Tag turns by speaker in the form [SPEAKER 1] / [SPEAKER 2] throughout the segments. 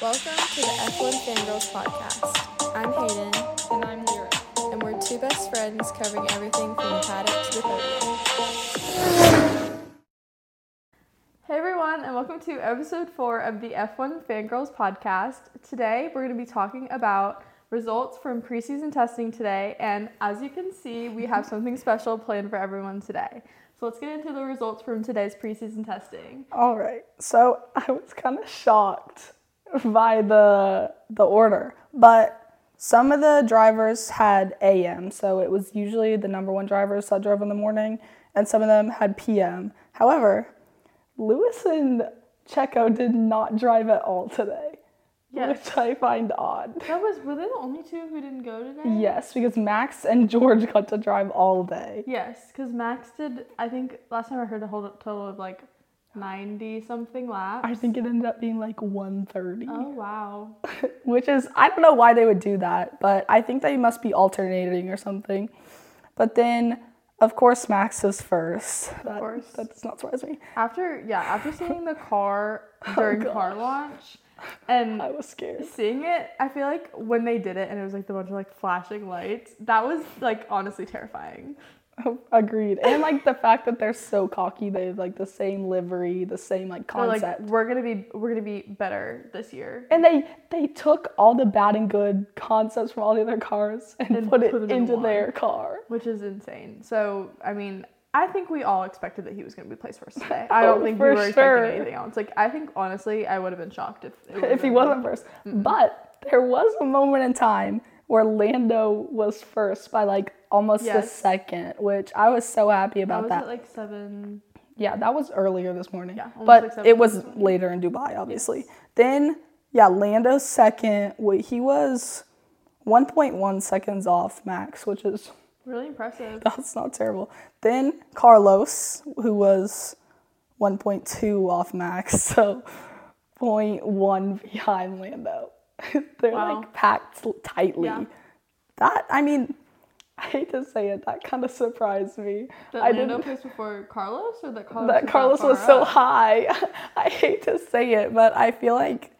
[SPEAKER 1] Welcome to the F1 Fangirls podcast. I'm Hayden,
[SPEAKER 2] And I'm Lyra.
[SPEAKER 1] and we're two best friends covering everything from the paddock to the podium.
[SPEAKER 2] Hey everyone, and welcome to episode four of the F1 Fangirls podcast. Today we're going to be talking about results from preseason testing today, and as you can see, we have something special planned for everyone today. So let's get into the results from today's preseason testing.
[SPEAKER 3] All right. So I was kind of shocked by the the order, but some of the drivers had AM, so it was usually the number one drivers that drove in the morning, and some of them had PM. However, Lewis and Checo did not drive at all today,
[SPEAKER 2] Yes.
[SPEAKER 3] which I find odd.
[SPEAKER 2] That was, were they the only two who didn't go today?
[SPEAKER 3] Yes, because Max and George got to drive all day.
[SPEAKER 2] Yes, because Max did, I think last time I heard a whole total of like 90 something laps.
[SPEAKER 3] I think it ended up being like 1:30.
[SPEAKER 2] Oh wow.
[SPEAKER 3] which is I don't know why they would do that, but I think they must be alternating or something. But then, of course, Max is first. Of that,
[SPEAKER 2] course.
[SPEAKER 3] that does not surprise me.
[SPEAKER 2] After yeah, after seeing the car
[SPEAKER 3] Oh,
[SPEAKER 2] during car launch and
[SPEAKER 3] I was scared.
[SPEAKER 2] seeing it, I feel like when they did it and it was like the bunch of like flashing lights, that was like honestly terrifying.
[SPEAKER 3] Agreed. And like the fact that they're so cocky, they have like the same livery, the same like
[SPEAKER 2] They're
[SPEAKER 3] concept.
[SPEAKER 2] like we're gonna be we're gonna be better this year.
[SPEAKER 3] and they they took all the bad and good concepts from all the other cars and,
[SPEAKER 2] And
[SPEAKER 3] put it
[SPEAKER 2] put them in
[SPEAKER 3] into
[SPEAKER 2] one.
[SPEAKER 3] their car.
[SPEAKER 2] Which is insane. So I mean I think we all expected that he was going to be placed first today. I don't
[SPEAKER 3] Oh,
[SPEAKER 2] think we
[SPEAKER 3] for
[SPEAKER 2] were
[SPEAKER 3] sure.
[SPEAKER 2] expecting anything else. Like I think honestly, I would have been shocked if it would've
[SPEAKER 3] if he
[SPEAKER 2] been-
[SPEAKER 3] wasn't 1st
[SPEAKER 2] Mm-hmm.
[SPEAKER 3] But there was a moment in time where Lando was first by like almost
[SPEAKER 2] Yes.
[SPEAKER 3] a second, which I was so happy
[SPEAKER 2] That
[SPEAKER 3] about
[SPEAKER 2] was
[SPEAKER 3] that.
[SPEAKER 2] at like seven.
[SPEAKER 3] yeah, that was earlier this morning.
[SPEAKER 2] Yeah, almost
[SPEAKER 3] but
[SPEAKER 2] like seven
[SPEAKER 3] it was
[SPEAKER 2] this
[SPEAKER 3] later in Dubai, obviously. Then yeah, Lando second. Wait, he was 1.1 seconds off max, which is
[SPEAKER 2] Really impressive.
[SPEAKER 3] that's not terrible. Then Carlos, who was 1.2 off max, so 0.1 behind Lando. They're
[SPEAKER 2] Wow.
[SPEAKER 3] like packed tightly.
[SPEAKER 2] Yeah.
[SPEAKER 3] That, I mean, I hate to say it, that kind of surprised me.
[SPEAKER 2] That
[SPEAKER 3] I
[SPEAKER 2] Lando
[SPEAKER 3] didn't.
[SPEAKER 2] placed before Carlos, or that Carlos
[SPEAKER 3] That
[SPEAKER 2] was
[SPEAKER 3] Carlos
[SPEAKER 2] Oh, far
[SPEAKER 3] was so
[SPEAKER 2] up?
[SPEAKER 3] high. I hate to say it, but I feel like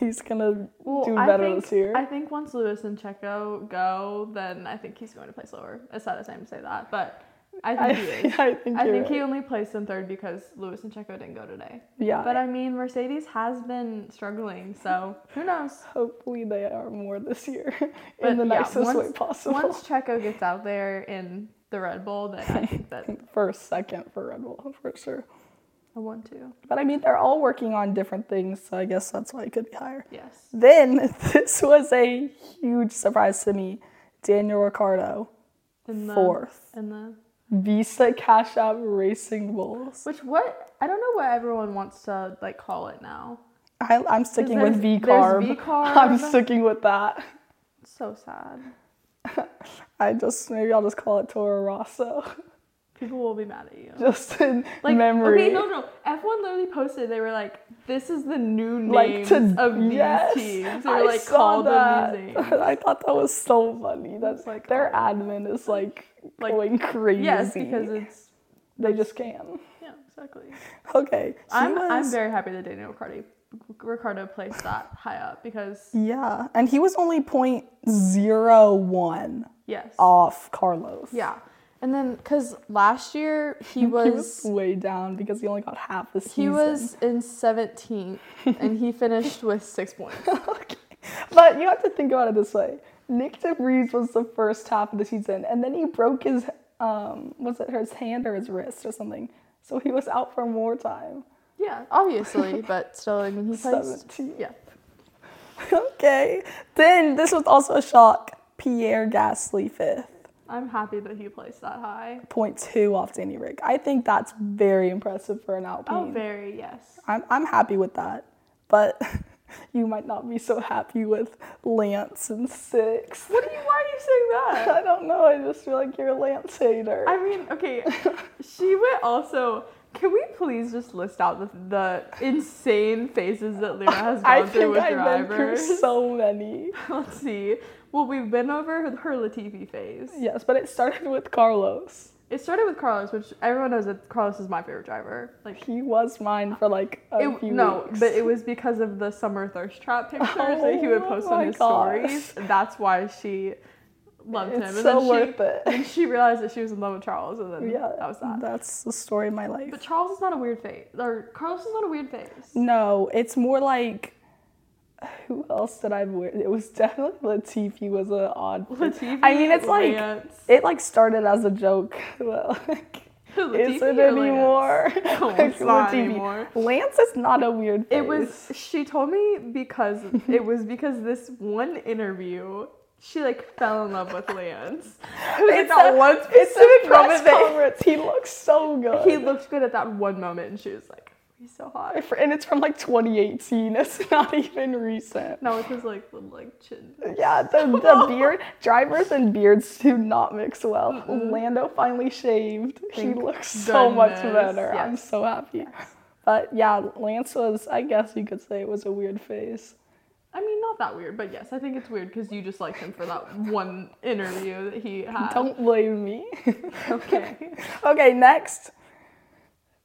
[SPEAKER 3] he's gonna
[SPEAKER 2] Well,
[SPEAKER 3] do
[SPEAKER 2] I
[SPEAKER 3] better
[SPEAKER 2] think-
[SPEAKER 3] this year.
[SPEAKER 2] I think once Lewis and Checo go, then I think he's going to play slower. It's sad as I am to say that, but I think he is.
[SPEAKER 3] I think,
[SPEAKER 2] I
[SPEAKER 3] you're
[SPEAKER 2] think he
[SPEAKER 3] right.
[SPEAKER 2] only placed in third because Lewis and Checo didn't go today.
[SPEAKER 3] Yeah,
[SPEAKER 2] But I mean, Mercedes has been struggling, so who knows?
[SPEAKER 3] hopefully they are more this year
[SPEAKER 2] But
[SPEAKER 3] in the
[SPEAKER 2] yeah,
[SPEAKER 3] nicest way
[SPEAKER 2] once-
[SPEAKER 3] possible.
[SPEAKER 2] Once Checo gets out there in the Red Bull, then I think that
[SPEAKER 3] first, second for Red Bull for sure.
[SPEAKER 2] I want to.
[SPEAKER 3] But I mean, they're all working on different things, so I guess that's why it could be higher.
[SPEAKER 2] Yes.
[SPEAKER 3] Then this was a huge surprise to me. Daniel Ricciardo,
[SPEAKER 2] In the,
[SPEAKER 3] fourth.
[SPEAKER 2] In the
[SPEAKER 3] Visa Cash App Racing Bulls.
[SPEAKER 2] which what I don't know what everyone wants to like call it now.
[SPEAKER 3] I, I'm sticking with V
[SPEAKER 2] there's-
[SPEAKER 3] Carb.
[SPEAKER 2] there's VCarb.
[SPEAKER 3] I'm sticking with that.
[SPEAKER 2] So sad.
[SPEAKER 3] I just maybe I'll just call it Toro Rosso,
[SPEAKER 2] People will be mad at you.
[SPEAKER 3] just in
[SPEAKER 2] Like
[SPEAKER 3] memory.
[SPEAKER 2] okay, no, no. F one literally posted. They were like, "This is the new
[SPEAKER 3] Like
[SPEAKER 2] names
[SPEAKER 3] to
[SPEAKER 2] of these
[SPEAKER 3] yes,
[SPEAKER 2] teams." They
[SPEAKER 3] I
[SPEAKER 2] were like,
[SPEAKER 3] saw
[SPEAKER 2] "Call
[SPEAKER 3] that.
[SPEAKER 2] them these names."
[SPEAKER 3] I thought that was so funny. That's
[SPEAKER 2] It's like,
[SPEAKER 3] like their
[SPEAKER 2] oh.
[SPEAKER 3] admin is like,
[SPEAKER 2] Like,
[SPEAKER 3] going crazy.
[SPEAKER 2] Yes, because it's
[SPEAKER 3] they just can.
[SPEAKER 2] yeah, exactly.
[SPEAKER 3] Okay, he
[SPEAKER 2] I'm I'm
[SPEAKER 3] was-
[SPEAKER 2] very happy that Daniel Ricardo Ricardo placed that high up because
[SPEAKER 3] yeah, and he was only point zero one
[SPEAKER 2] yes,
[SPEAKER 3] off Carlos.
[SPEAKER 2] yeah. And then because last year he
[SPEAKER 3] he
[SPEAKER 2] was
[SPEAKER 3] was way down because he only got half the season.
[SPEAKER 2] he was in 17th and he finished with six points.
[SPEAKER 3] okay, but you have to think about it this way: Nick DeVries was the first half of the season, and then he broke his um, was it his hand or his wrist or something? So he was out for more time.
[SPEAKER 2] Yeah, obviously, but still, I mean, he placed.
[SPEAKER 3] 17.
[SPEAKER 2] Yeah.
[SPEAKER 3] okay, then this was also a shock. Pierre Gasly fifth.
[SPEAKER 2] I'm happy that he placed that high.
[SPEAKER 3] 0.2 off Danny Rick. I think that's very impressive for an Alpine.
[SPEAKER 2] Oh, very, yes.
[SPEAKER 3] I'm, I'm happy with that, but you might not be so happy with Lance and six.
[SPEAKER 2] What do you, why are you saying that?
[SPEAKER 3] I don't know. I just feel like you're a Lance hater.
[SPEAKER 2] I mean, okay, she went also. Can we please just list out the, the insane phases that Lyra has
[SPEAKER 3] I
[SPEAKER 2] gone through with
[SPEAKER 3] I've been through
[SPEAKER 2] drivers?
[SPEAKER 3] so many.
[SPEAKER 2] Let's see. Well, we've been over her Latifi phase.
[SPEAKER 3] Yes, but it started with Carlos.
[SPEAKER 2] It started with Carlos, which everyone knows that Carlos is my favorite driver. Like,
[SPEAKER 3] He was mine for like a
[SPEAKER 2] it,
[SPEAKER 3] few
[SPEAKER 2] no,
[SPEAKER 3] weeks.
[SPEAKER 2] but it was because of the summer thirst trap pictures that he would
[SPEAKER 3] Oh
[SPEAKER 2] post on
[SPEAKER 3] my
[SPEAKER 2] his
[SPEAKER 3] gosh.
[SPEAKER 2] stories. That's why she loved him.
[SPEAKER 3] it's so
[SPEAKER 2] she,
[SPEAKER 3] worth it.
[SPEAKER 2] And she realized that she was in love with Charles, and then
[SPEAKER 3] Yeah,
[SPEAKER 2] that was that.
[SPEAKER 3] That's the story of my life.
[SPEAKER 2] But Charles is not a weird face, or Carlos is not a weird face.
[SPEAKER 3] No, it's more like who else did I wear? It was definitely Latifi was an odd.
[SPEAKER 2] Latifi,
[SPEAKER 3] I mean, it's like
[SPEAKER 2] Lance.
[SPEAKER 3] it like started as a joke, but like
[SPEAKER 2] Latifi
[SPEAKER 3] is it
[SPEAKER 2] or Lance?
[SPEAKER 3] anymore?
[SPEAKER 2] No,
[SPEAKER 3] Like,
[SPEAKER 2] it's not
[SPEAKER 3] Latifi.
[SPEAKER 2] anymore.
[SPEAKER 3] Lance is not a weird.
[SPEAKER 2] It was.
[SPEAKER 3] face.
[SPEAKER 2] She told me because it was because this one interview, she like fell in love with Lance. It was like
[SPEAKER 3] It's
[SPEAKER 2] that
[SPEAKER 3] a-
[SPEAKER 2] one
[SPEAKER 3] It's a
[SPEAKER 2] specific
[SPEAKER 3] press
[SPEAKER 2] moment that
[SPEAKER 3] conference. He looks so good.
[SPEAKER 2] he looked good at that one moment, and she was like, "He's so hot."
[SPEAKER 3] and it's from like 2018. It's not even recent.
[SPEAKER 2] Now with his like little like chin.
[SPEAKER 3] Yeah, the, the beard drivers and beards do not mix well. Lando finally shaved.
[SPEAKER 2] Thank
[SPEAKER 3] he looks so much
[SPEAKER 2] goodness,
[SPEAKER 3] better. I'm
[SPEAKER 2] yes.
[SPEAKER 3] so happy. But yeah, Lance was I guess you could say it was a weird face.
[SPEAKER 2] I mean, not that weird, but yes, I think it's weird because you just liked him for that one interview that he had.
[SPEAKER 3] Don't blame me.
[SPEAKER 2] Okay.
[SPEAKER 3] okay, next.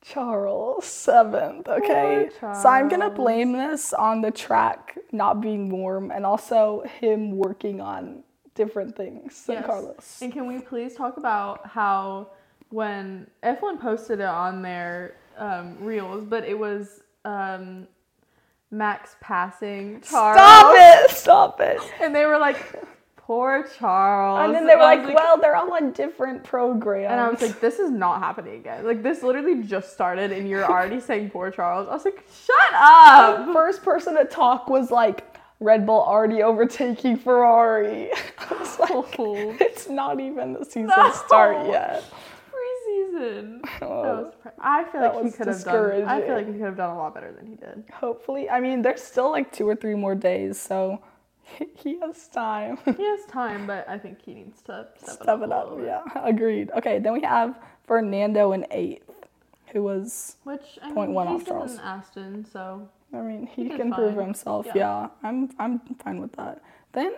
[SPEAKER 3] Charles seventh. Okay.
[SPEAKER 2] Poor
[SPEAKER 3] So I'm gonna
[SPEAKER 2] Charles.
[SPEAKER 3] blame this on the track not being warm and also him working on different things than
[SPEAKER 2] Yes.
[SPEAKER 3] Carlos.
[SPEAKER 2] And can we please talk about how when F1 posted it on their um, reels, but it was um, Max passing Charles,
[SPEAKER 3] Stop it! Stop it!
[SPEAKER 2] and they were like, "Poor Charles,"
[SPEAKER 3] And then they were
[SPEAKER 2] I
[SPEAKER 3] like,
[SPEAKER 2] was
[SPEAKER 3] well, they're all on different programs.
[SPEAKER 2] And I was like, this is not happening again. Like, this literally just started, and you're already saying poor Charles. I was like, shut up!
[SPEAKER 3] the first person to talk was like, Red Bull already overtaking Ferrari. I was like,
[SPEAKER 2] Oh.
[SPEAKER 3] it's not even the season
[SPEAKER 2] No.
[SPEAKER 3] start yet.
[SPEAKER 2] Preseason. That
[SPEAKER 3] Oh.
[SPEAKER 2] was pre- I feel
[SPEAKER 3] That
[SPEAKER 2] like he
[SPEAKER 3] was
[SPEAKER 2] could have done. I feel
[SPEAKER 3] discouraging.
[SPEAKER 2] like he could have done a lot better than he did.
[SPEAKER 3] Hopefully, I mean, there's still like two or three more days, so he has time.
[SPEAKER 2] He has time, but I think he needs to step,
[SPEAKER 3] Step it
[SPEAKER 2] a
[SPEAKER 3] up.
[SPEAKER 2] little bit.
[SPEAKER 3] Yeah, agreed. Okay, then we have Fernando in eighth, who was
[SPEAKER 2] Which I
[SPEAKER 3] Point
[SPEAKER 2] mean,
[SPEAKER 3] one
[SPEAKER 2] he's
[SPEAKER 3] off Charles.
[SPEAKER 2] in Aston, so
[SPEAKER 3] I mean, he,
[SPEAKER 2] did
[SPEAKER 3] can prove
[SPEAKER 2] fine.
[SPEAKER 3] himself.
[SPEAKER 2] Yeah.
[SPEAKER 3] Yeah. I'm I'm fine with that. Then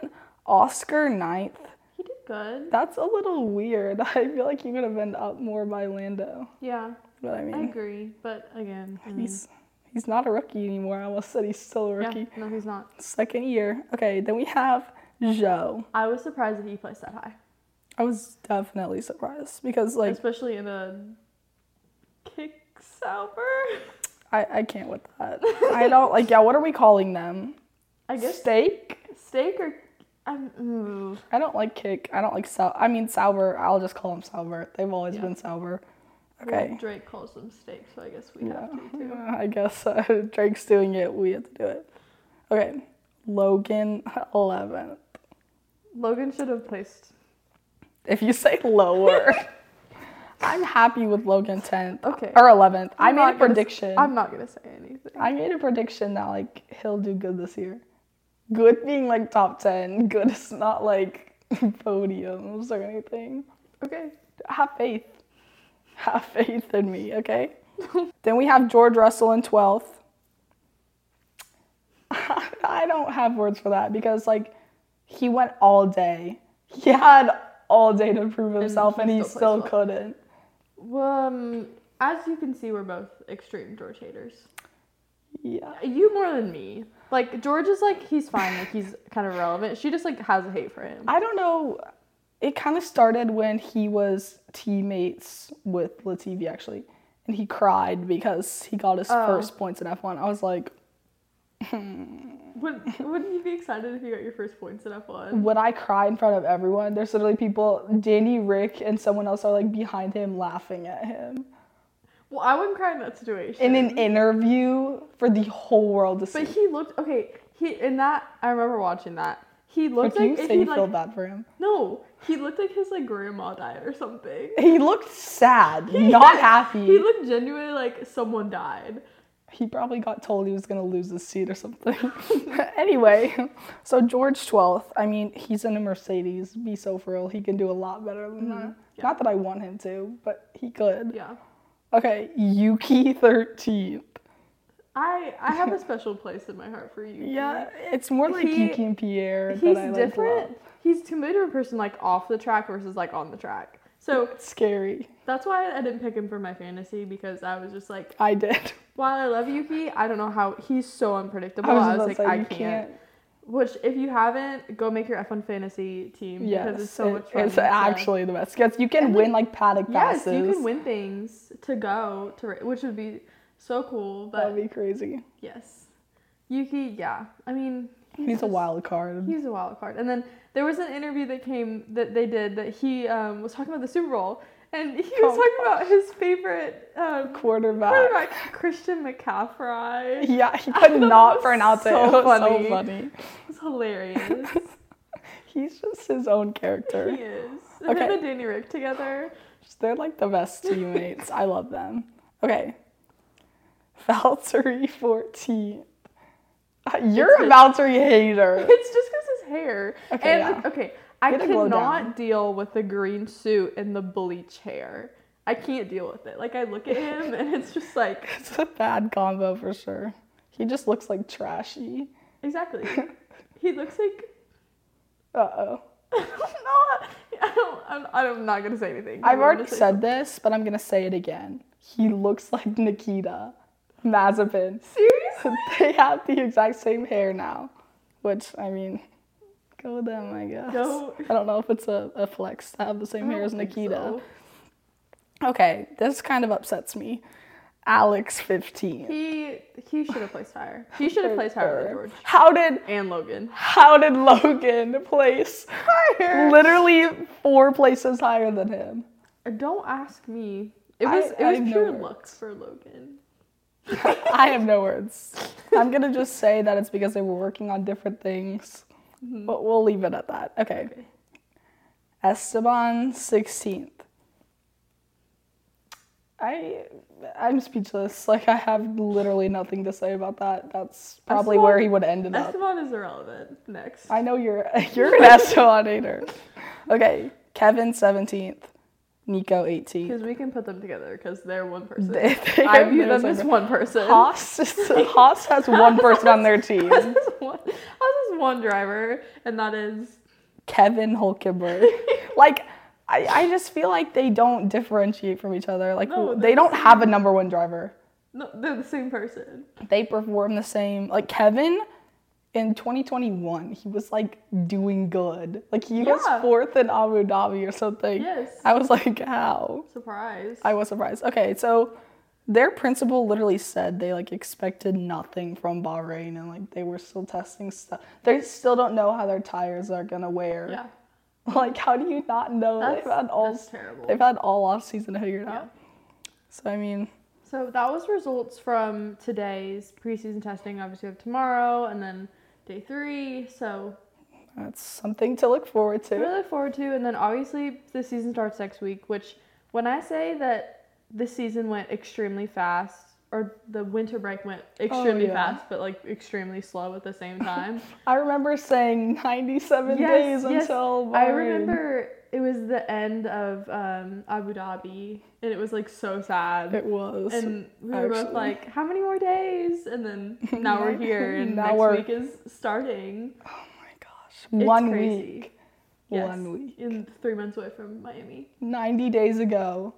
[SPEAKER 3] Oscar ninth.
[SPEAKER 2] he did good.
[SPEAKER 3] That's a little weird. I feel like he would have been up more by Lando.
[SPEAKER 2] Yeah,
[SPEAKER 3] But I
[SPEAKER 2] I
[SPEAKER 3] mean,
[SPEAKER 2] agree. But again, I mean,
[SPEAKER 3] he's he's not a rookie anymore. I almost said he's still a
[SPEAKER 2] Mm. yeah,
[SPEAKER 3] rookie.
[SPEAKER 2] no, he's not.
[SPEAKER 3] Second year. Okay, then we have Joe.
[SPEAKER 2] I was surprised that he placed that high,
[SPEAKER 3] I was definitely surprised because like
[SPEAKER 2] especially in a kick sauber.
[SPEAKER 3] I, I can't with that. I don't like yeah, what are we calling them?
[SPEAKER 2] I guess
[SPEAKER 3] Steak?
[SPEAKER 2] steak or I'm. ooh.
[SPEAKER 3] I don't like kick. I don't like sal I mean Sauber, I'll just call them Sauber. They've always
[SPEAKER 2] Yeah.
[SPEAKER 3] been Sauber.
[SPEAKER 2] Well,
[SPEAKER 3] Okay.
[SPEAKER 2] Drake calls them steak, so I guess we
[SPEAKER 3] Yeah,
[SPEAKER 2] have to too.
[SPEAKER 3] I guess uh, if Drake's doing it. We have to do it. Okay, Logan 11th.
[SPEAKER 2] Logan should have placed.
[SPEAKER 3] If you say lower, I'm happy with Logan 10th
[SPEAKER 2] Okay.
[SPEAKER 3] or 11th. i
[SPEAKER 2] I'm
[SPEAKER 3] made
[SPEAKER 2] not gonna
[SPEAKER 3] a
[SPEAKER 2] s-
[SPEAKER 3] prediction.
[SPEAKER 2] I'm not gonna say anything.
[SPEAKER 3] I made a prediction that like he'll do good this year. Good being like top 10. Good is not like podiums or anything.
[SPEAKER 2] Okay.
[SPEAKER 3] Have faith. Have faith in me, okay? then we have George Russell in 12th. I don't have words for that because, like, he went all day. He had all day to prove himself and
[SPEAKER 2] he
[SPEAKER 3] he
[SPEAKER 2] still
[SPEAKER 3] still,
[SPEAKER 2] plays
[SPEAKER 3] couldn't.
[SPEAKER 2] Well, um, as you can see, we're both extreme George haters.
[SPEAKER 3] Yeah.
[SPEAKER 2] You more than me. Like George is like he's fine, like he's kind of relevant. She just like has a hate for him.
[SPEAKER 3] I don't know. It kind of started when he was teammates with Latifi, actually. And he cried because he got his
[SPEAKER 2] Oh.
[SPEAKER 3] first points in F1. I was like,
[SPEAKER 2] Would wouldn't you be excited if you got your first points in F one?
[SPEAKER 3] when I cry in front of everyone, there's literally people, Danny, Rick, and someone else are like behind him laughing at him
[SPEAKER 2] Well, I wouldn't cry in that situation.
[SPEAKER 3] in an interview for the whole world to see.
[SPEAKER 2] but he looked okay. He in that I remember watching that. He
[SPEAKER 3] Like,
[SPEAKER 2] looked
[SPEAKER 3] you
[SPEAKER 2] like if
[SPEAKER 3] say
[SPEAKER 2] he
[SPEAKER 3] you
[SPEAKER 2] like
[SPEAKER 3] feel bad for him.
[SPEAKER 2] no, he looked like his like grandma died or something.
[SPEAKER 3] He looked sad, not happy.
[SPEAKER 2] He
[SPEAKER 3] He,
[SPEAKER 2] looked genuinely like someone died.
[SPEAKER 3] probably got told he was gonna lose his seat or something. anyway, so George 12th, I mean, he's in a Mercedes, be so for real. He can do a lot better than that.
[SPEAKER 2] Mm-hmm. Yeah.
[SPEAKER 3] Not that I want him to, but he could.
[SPEAKER 2] Yeah.
[SPEAKER 3] Okay, Yuki 13th.
[SPEAKER 2] I I have a special place in my heart for you.
[SPEAKER 3] Yeah, it's more like
[SPEAKER 2] He-
[SPEAKER 3] Yuki and Pierre.
[SPEAKER 2] He's
[SPEAKER 3] that I, like,
[SPEAKER 2] different.
[SPEAKER 3] love.
[SPEAKER 2] He's to me different person like off the track versus like on the track. So
[SPEAKER 3] It's scary.
[SPEAKER 2] That's why I didn't pick him for my fantasy because I was just like,
[SPEAKER 3] I did.
[SPEAKER 2] while I love Yuki, I don't know how he's so unpredictable.
[SPEAKER 3] I was,
[SPEAKER 2] I
[SPEAKER 3] about
[SPEAKER 2] was
[SPEAKER 3] to
[SPEAKER 2] like,
[SPEAKER 3] say,
[SPEAKER 2] I
[SPEAKER 3] you
[SPEAKER 2] can't. Which, if you haven't, go make your F1 fantasy team
[SPEAKER 3] Yes,
[SPEAKER 2] because it's so
[SPEAKER 3] it-
[SPEAKER 2] much fun.
[SPEAKER 3] It's
[SPEAKER 2] to-
[SPEAKER 3] actually the best. Yes, you can
[SPEAKER 2] And, like,
[SPEAKER 3] win like paddock
[SPEAKER 2] yes,
[SPEAKER 3] passes.
[SPEAKER 2] you can win things to go to, ra- which would be so cool. But
[SPEAKER 3] That'd be crazy.
[SPEAKER 2] yes, Yuki, yeah, I mean,
[SPEAKER 3] He's a
[SPEAKER 2] just-
[SPEAKER 3] wild card.
[SPEAKER 2] He's a wild card. And then there was an interview that came that they did that he um, was talking about the Super Bowl, and he was
[SPEAKER 3] Oh,
[SPEAKER 2] talking about his favorite um,
[SPEAKER 3] Quarterback.
[SPEAKER 2] quarterback, Christian McCaffrey. It
[SPEAKER 3] Yeah, he
[SPEAKER 2] I thought
[SPEAKER 3] could
[SPEAKER 2] that
[SPEAKER 3] not
[SPEAKER 2] was
[SPEAKER 3] pronounce it.
[SPEAKER 2] so
[SPEAKER 3] It was
[SPEAKER 2] funny.
[SPEAKER 3] so funny.
[SPEAKER 2] was hilarious.
[SPEAKER 3] He's just his own
[SPEAKER 2] he
[SPEAKER 3] character.
[SPEAKER 2] is. And then
[SPEAKER 3] Okay.
[SPEAKER 2] the Danny Rick together.
[SPEAKER 3] They're like the best teammates. I love them. Okay. Valtteri 14. Uh, You're
[SPEAKER 2] It's
[SPEAKER 3] a
[SPEAKER 2] a-
[SPEAKER 3] Valtteri hater.
[SPEAKER 2] It's just because his hair.
[SPEAKER 3] Okay,
[SPEAKER 2] and
[SPEAKER 3] yeah.
[SPEAKER 2] like, okay, I
[SPEAKER 3] Get a glow down.
[SPEAKER 2] cannot deal with the green suit and the bleach hair. I can't deal with it. Like I look at him and it's just like
[SPEAKER 3] It's a bad combo for sure. He just looks like trashy.
[SPEAKER 2] exactly. He looks like
[SPEAKER 3] Uh oh.
[SPEAKER 2] I don't know. I don't. I'm, I'm not gonna say anything.
[SPEAKER 3] I've
[SPEAKER 2] You wanted
[SPEAKER 3] already
[SPEAKER 2] to say
[SPEAKER 3] said this, but I'm gonna say it again. He looks like Nikita Mazepin.
[SPEAKER 2] something.
[SPEAKER 3] they have the exact same hair now, which I mean, go with them, I guess.
[SPEAKER 2] Go-
[SPEAKER 3] I don't know if it's a, a flex to have the same
[SPEAKER 2] I
[SPEAKER 3] hair as
[SPEAKER 2] don't think
[SPEAKER 3] Nikita.
[SPEAKER 2] so.
[SPEAKER 3] Okay, this kind of upsets me. Alex 15.
[SPEAKER 2] He he should have placed higher. He should have placed higher than
[SPEAKER 3] Or-
[SPEAKER 2] George
[SPEAKER 3] How did
[SPEAKER 2] and Logan.
[SPEAKER 3] how did Logan place
[SPEAKER 2] Higher.
[SPEAKER 3] literally four places higher than him?
[SPEAKER 2] Don't ask me. It
[SPEAKER 3] I-
[SPEAKER 2] was
[SPEAKER 3] I
[SPEAKER 2] it
[SPEAKER 3] have
[SPEAKER 2] was
[SPEAKER 3] no
[SPEAKER 2] pure
[SPEAKER 3] words.
[SPEAKER 2] luck for Logan.
[SPEAKER 3] I have no words. I'm gonna just say that it's because they were working on different things. But we'll leave it at that. Mm-hmm. Okay.
[SPEAKER 2] Okay.
[SPEAKER 3] Esteban 16th. I I'm speechless. Like I have literally nothing to say about that. That's probably
[SPEAKER 2] Esteban-
[SPEAKER 3] where he would have ended up.
[SPEAKER 2] Esteban is irrelevant. Next.
[SPEAKER 3] I know you're you're an Esteban hater. Okay. Kevin 17th. Nico 18th.
[SPEAKER 2] Because we can put them together because they're one person.
[SPEAKER 3] They- they
[SPEAKER 2] I
[SPEAKER 3] are-
[SPEAKER 2] view
[SPEAKER 3] they're
[SPEAKER 2] them as
[SPEAKER 3] so-
[SPEAKER 2] one person.
[SPEAKER 3] Haas, is- Haas has one person on their team.
[SPEAKER 2] Us is one, us is one driver, and that is
[SPEAKER 3] Kevin Hulkenberg. like, I, I just feel like they don't differentiate from each other. Like,
[SPEAKER 2] No,
[SPEAKER 3] they
[SPEAKER 2] they're
[SPEAKER 3] don't
[SPEAKER 2] the
[SPEAKER 3] have a number one driver.
[SPEAKER 2] no, they're the same person.
[SPEAKER 3] They perform the same. Like, Kevin in 2021, he was like doing good. Like, he was
[SPEAKER 2] Yeah.
[SPEAKER 3] fourth in Abu Dhabi or something.
[SPEAKER 2] Yes.
[SPEAKER 3] I was like, how?
[SPEAKER 2] Surprise.
[SPEAKER 3] I was surprised. Okay, so their principal literally said they like expected nothing from Bahrain and like they were still testing stuff. They still don't know how their tires are gonna wear.
[SPEAKER 2] yeah.
[SPEAKER 3] Like, how do you not know?
[SPEAKER 2] That's,
[SPEAKER 3] they've had all
[SPEAKER 2] that's terrible.
[SPEAKER 3] they've had all off season to figure it
[SPEAKER 2] Yeah.
[SPEAKER 3] out. So I mean,
[SPEAKER 2] So that was results from today's preseason testing. Obviously, we have tomorrow and then day three. So
[SPEAKER 3] that's something to look forward
[SPEAKER 2] we
[SPEAKER 3] to.
[SPEAKER 2] really look forward to. And then obviously, the season starts next week. Which, when I say that this season went extremely fast, or the winter break went extremely
[SPEAKER 3] Oh, yeah.
[SPEAKER 2] fast, but like extremely slow at the same time.
[SPEAKER 3] I remember saying 97
[SPEAKER 2] Yes,
[SPEAKER 3] days
[SPEAKER 2] yes.
[SPEAKER 3] until Bahrain.
[SPEAKER 2] I remember it was the end of um, Abu Dhabi, and it was like so sad.
[SPEAKER 3] it was.
[SPEAKER 2] and we were both
[SPEAKER 3] actually.
[SPEAKER 2] like, "How many more days?" And then now we're here, and
[SPEAKER 3] Now
[SPEAKER 2] next
[SPEAKER 3] we're-
[SPEAKER 2] week is starting.
[SPEAKER 3] oh my gosh,
[SPEAKER 2] It's
[SPEAKER 3] one
[SPEAKER 2] crazy.
[SPEAKER 3] week,
[SPEAKER 2] Yes,
[SPEAKER 3] one week,
[SPEAKER 2] in three months away from Miami,
[SPEAKER 3] 90 days ago,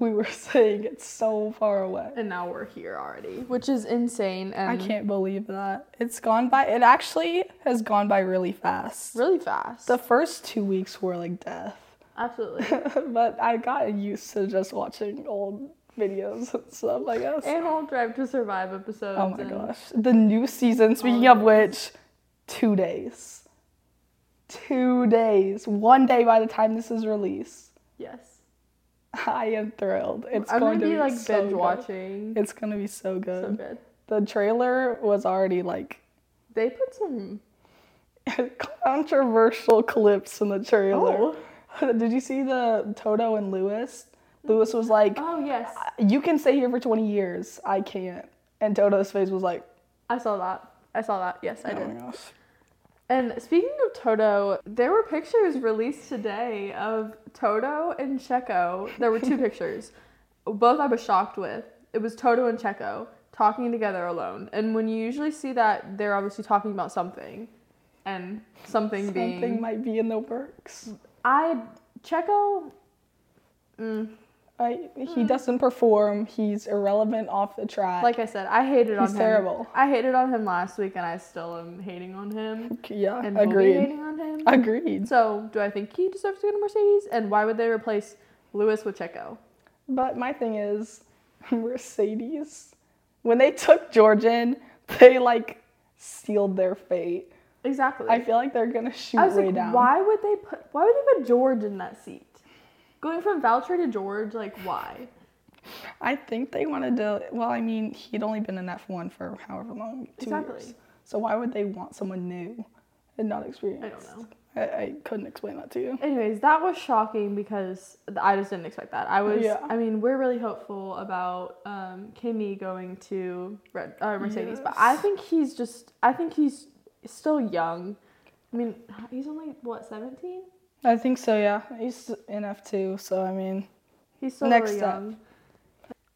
[SPEAKER 3] we were saying it's so far away.
[SPEAKER 2] and now we're here already, which is insane. And
[SPEAKER 3] I can't believe that it's gone by. It actually has gone by really fast.
[SPEAKER 2] really fast.
[SPEAKER 3] The first two weeks were like death.
[SPEAKER 2] Absolutely.
[SPEAKER 3] but I got used to just watching old videos and stuff, I guess.
[SPEAKER 2] and all Drive to Survive episodes.
[SPEAKER 3] oh my
[SPEAKER 2] and
[SPEAKER 3] gosh. The new season, speaking of which, two days. Two days. One day by the time this is released.
[SPEAKER 2] Yes,
[SPEAKER 3] I am thrilled. It's
[SPEAKER 2] I'm
[SPEAKER 3] going
[SPEAKER 2] gonna
[SPEAKER 3] to
[SPEAKER 2] be like
[SPEAKER 3] so
[SPEAKER 2] binge
[SPEAKER 3] good.
[SPEAKER 2] watching.
[SPEAKER 3] It's going to be so good.
[SPEAKER 2] So good.
[SPEAKER 3] The trailer was already like
[SPEAKER 2] They put some.
[SPEAKER 3] controversial clips in the
[SPEAKER 2] Oh.
[SPEAKER 3] trailer. Did you see the Toto and Lewis? Lewis was like,
[SPEAKER 2] Oh yes,
[SPEAKER 3] you can stay here for 20 years. I can't. And Toto's face was like,
[SPEAKER 2] I saw that. I saw that. Yes, I
[SPEAKER 3] oh
[SPEAKER 2] did.
[SPEAKER 3] my gosh.
[SPEAKER 2] And speaking of Toto, there were pictures released today of Toto and Checo. There were two pictures. Both I was shocked with. It was Toto and Checo talking together alone. And when you usually see that, they're obviously talking about something. And something,
[SPEAKER 3] Something
[SPEAKER 2] being
[SPEAKER 3] might be in the works.
[SPEAKER 2] I Checo mm,
[SPEAKER 3] I, he doesn't perform. He's irrelevant off the track.
[SPEAKER 2] Like I said, I hated on
[SPEAKER 3] He's
[SPEAKER 2] him.
[SPEAKER 3] terrible.
[SPEAKER 2] I hated on him last week, and I still am hating on him.
[SPEAKER 3] yeah,
[SPEAKER 2] And will be
[SPEAKER 3] agreed.
[SPEAKER 2] hating on him.
[SPEAKER 3] Agreed.
[SPEAKER 2] So, do I think he deserves to get a Mercedes? And why would they replace Lewis with Checo?
[SPEAKER 3] But my thing is, Mercedes, when they took Georgian, they like sealed their fate.
[SPEAKER 2] Exactly.
[SPEAKER 3] I feel like they're gonna shoot
[SPEAKER 2] I was
[SPEAKER 3] way
[SPEAKER 2] like,
[SPEAKER 3] down.
[SPEAKER 2] why would they put? Why would they put George in that seat? Going from Valtteri to George, like why?
[SPEAKER 3] I think they wanted to. Well, I mean, he'd only been in F1 for however long, two
[SPEAKER 2] Exactly.
[SPEAKER 3] years. So why would they want someone new and not experienced?
[SPEAKER 2] I don't know.
[SPEAKER 3] I, I couldn't explain that to you.
[SPEAKER 2] Anyways, that was shocking because th- I just didn't expect that. I was,
[SPEAKER 3] Yeah.
[SPEAKER 2] I mean, we're really hopeful about um, Kimi going to Red, uh, Mercedes, but I
[SPEAKER 3] Yes.
[SPEAKER 2] think he's just, I think he's still young. I mean, he's only what seventeen.
[SPEAKER 3] I think so. Yeah, he's in F2, so I mean,
[SPEAKER 2] He's still
[SPEAKER 3] Next
[SPEAKER 2] really
[SPEAKER 3] up.
[SPEAKER 2] young.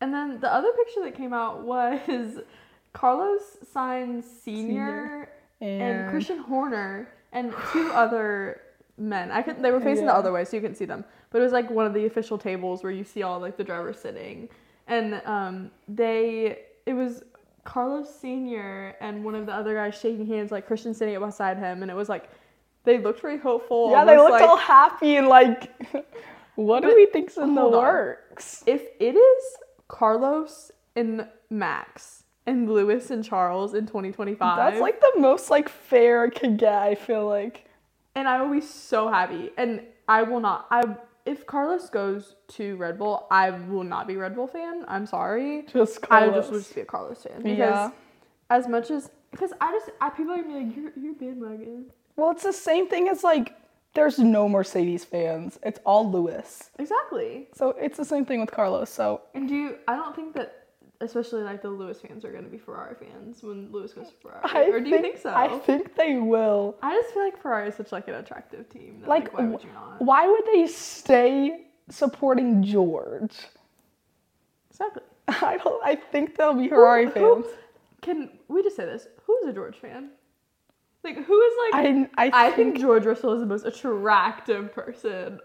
[SPEAKER 2] And then the other picture that came out was Carlos Sainz Senior
[SPEAKER 3] and,
[SPEAKER 2] and Christian Horner and two other men. I could they were facing the
[SPEAKER 3] Yeah.
[SPEAKER 2] other way, so you couldn't see them. But it was like one of the official tables where you see all like the drivers sitting, and um, they it was Carlos Senior and one of the other guys shaking hands, like Christian sitting beside him, and it was like they looked really hopeful.
[SPEAKER 3] yeah, they
[SPEAKER 2] almost
[SPEAKER 3] looked
[SPEAKER 2] like,
[SPEAKER 3] all happy and like, what do
[SPEAKER 2] But-
[SPEAKER 3] we think's in the
[SPEAKER 2] hold on.
[SPEAKER 3] works?
[SPEAKER 2] If it is Carlos and Max and Lewis and Charles in 2025,
[SPEAKER 3] That's like the most like fair it could get. I feel like
[SPEAKER 2] and I will be so happy. And I will not. I if Carlos goes to Red Bull, I will not be Red Bull fan. I'm sorry.
[SPEAKER 3] just
[SPEAKER 2] I
[SPEAKER 3] Carlos.
[SPEAKER 2] just would just be a Carlos fan because
[SPEAKER 3] Yeah.
[SPEAKER 2] as much as because I just I, people are gonna be like you're you're bandwagon.
[SPEAKER 3] Well, it's the same thing as like, there's no Mercedes fans. It's all Lewis.
[SPEAKER 2] Exactly.
[SPEAKER 3] So it's the same thing with Carlos. So
[SPEAKER 2] And do you, I don't think that especially like the Lewis fans are gonna be Ferrari fans when Lewis goes to Ferrari.
[SPEAKER 3] I
[SPEAKER 2] or do you think so?
[SPEAKER 3] I think they will.
[SPEAKER 2] I just feel like Ferrari is such like an attractive team. that, like,
[SPEAKER 3] Like,
[SPEAKER 2] why would
[SPEAKER 3] wh-
[SPEAKER 2] you not?
[SPEAKER 3] Why would they stay supporting George?
[SPEAKER 2] Exactly.
[SPEAKER 3] I don't. I think they'll be Ferrari
[SPEAKER 2] Who- who-
[SPEAKER 3] fans.
[SPEAKER 2] Can we just say this? Who's a George fan? Like who is like
[SPEAKER 3] I, I,
[SPEAKER 2] I
[SPEAKER 3] think
[SPEAKER 2] think George Russell is the most attractive person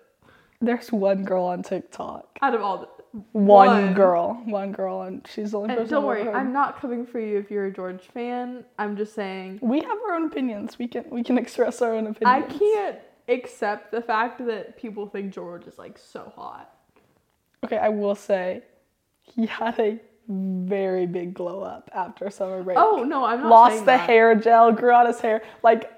[SPEAKER 3] there's one girl on TikTok.
[SPEAKER 2] out of all the.
[SPEAKER 3] One,
[SPEAKER 2] One.
[SPEAKER 3] girl. One girl, and she's the only
[SPEAKER 2] And
[SPEAKER 3] person.
[SPEAKER 2] don't
[SPEAKER 3] I've
[SPEAKER 2] worry,
[SPEAKER 3] ever heard.
[SPEAKER 2] I'm not coming for you if you're a George fan. I'm just saying
[SPEAKER 3] We have our own opinions. We can we can express our own opinions.
[SPEAKER 2] I can't accept the fact that people think George is like so hot.
[SPEAKER 3] Okay, I will say, he had a very big glow up after summer break.
[SPEAKER 2] Oh no, I'm not
[SPEAKER 3] lost
[SPEAKER 2] saying
[SPEAKER 3] the
[SPEAKER 2] that.
[SPEAKER 3] hair gel, grew out his hair. Like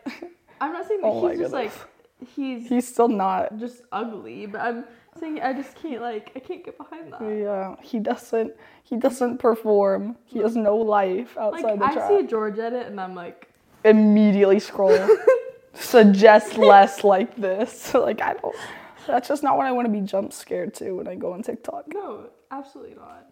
[SPEAKER 2] I'm not saying that
[SPEAKER 3] Oh my
[SPEAKER 2] he's just like
[SPEAKER 3] goodness.
[SPEAKER 2] he's
[SPEAKER 3] he's still not.
[SPEAKER 2] just ugly, but I'm saying I just can't like I can't get behind that.
[SPEAKER 3] Yeah, he doesn't. He doesn't perform. He has no life outside
[SPEAKER 2] Like
[SPEAKER 3] the
[SPEAKER 2] I
[SPEAKER 3] track.
[SPEAKER 2] see a George edit and I'm like,
[SPEAKER 3] Immediately scroll. Suggest less like this. Like I don't. That's just not what I want to be jump scared to when I go on TikTok.
[SPEAKER 2] No, absolutely not.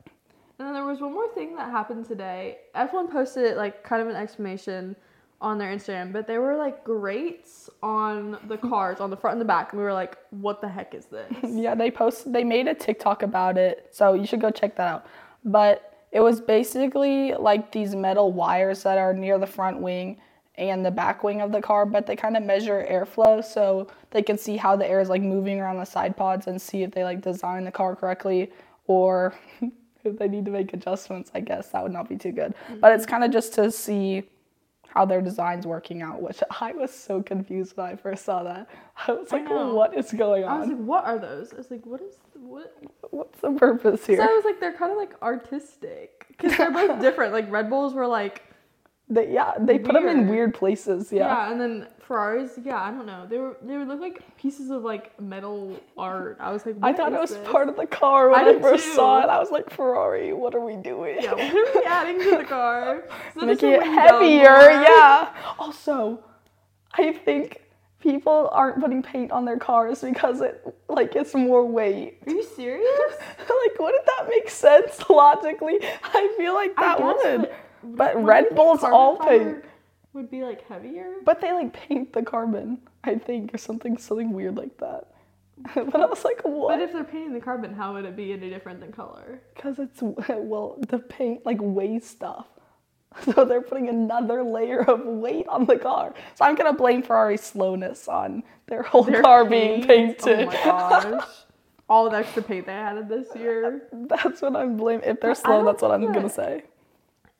[SPEAKER 2] And then there was one more thing that happened today. F1 posted like kind of an explanation on their Instagram, but there were like grates on the cars on the front and the back, and we were like, "What the heck is this?"
[SPEAKER 3] Yeah, they post they made a TikTok about it, so you should go check that out. But it was basically like these metal wires that are near the front wing and the back wing of the car, but they kind of measure airflow so they can see how the air is like moving around the side pods and see if they like design the car correctly or if they need to make adjustments, I guess that would not be too good. But it's kind of just to see how their design's working out, which I was so confused when I first saw that. I was
[SPEAKER 2] I
[SPEAKER 3] like,
[SPEAKER 2] know.
[SPEAKER 3] what is going on?
[SPEAKER 2] I was like, "What are those?" I was like, "What is what?"
[SPEAKER 3] What's the purpose
[SPEAKER 2] So I
[SPEAKER 3] here?
[SPEAKER 2] was like, "They're kind of like artistic because they're both different." Like Red Bulls were like,
[SPEAKER 3] They, yeah, they put them in
[SPEAKER 2] Weird.
[SPEAKER 3] weird places.
[SPEAKER 2] yeah.
[SPEAKER 3] Yeah.
[SPEAKER 2] and then Ferraris, yeah, I don't know. They were they would look like pieces of like metal art. I was like,
[SPEAKER 3] I
[SPEAKER 2] "What
[SPEAKER 3] thought
[SPEAKER 2] is
[SPEAKER 3] it was
[SPEAKER 2] this?"
[SPEAKER 3] part of the car when
[SPEAKER 2] I
[SPEAKER 3] I,
[SPEAKER 2] did
[SPEAKER 3] first saw
[SPEAKER 2] too.
[SPEAKER 3] it. I was like, Ferrari, what are we doing?
[SPEAKER 2] Yeah, what are we adding to the car? So there's
[SPEAKER 3] Making
[SPEAKER 2] a
[SPEAKER 3] it
[SPEAKER 2] window
[SPEAKER 3] heavier.
[SPEAKER 2] more.
[SPEAKER 3] Yeah. Also, I think people aren't putting paint on their cars because it like it's more weight.
[SPEAKER 2] Are you serious?
[SPEAKER 3] like, wouldn't that make sense logically? I feel like
[SPEAKER 2] I
[SPEAKER 3] that
[SPEAKER 2] guess,
[SPEAKER 3] would. But,
[SPEAKER 2] wouldn't you
[SPEAKER 3] Red
[SPEAKER 2] think
[SPEAKER 3] Bull's
[SPEAKER 2] carbon
[SPEAKER 3] all
[SPEAKER 2] fiber
[SPEAKER 3] paint.
[SPEAKER 2] Would be like heavier.
[SPEAKER 3] But they like paint the carbon, I think, or something something weird like that. but I was like,
[SPEAKER 2] But
[SPEAKER 3] what?
[SPEAKER 2] if they're painting the carbon, how would it be any different than color?
[SPEAKER 3] Because it's well, the paint like weighs stuff, so they're putting another layer of weight on the car. So I'm gonna blame Ferrari's slowness on their whole
[SPEAKER 2] They're
[SPEAKER 3] car being
[SPEAKER 2] paint?
[SPEAKER 3] painted.
[SPEAKER 2] Oh my gosh. all the extra paint they added this year.
[SPEAKER 3] That's what I'm blaming. If they're
[SPEAKER 2] But I
[SPEAKER 3] slow,
[SPEAKER 2] don't
[SPEAKER 3] that's what I'm
[SPEAKER 2] think
[SPEAKER 3] gonna
[SPEAKER 2] that-
[SPEAKER 3] say.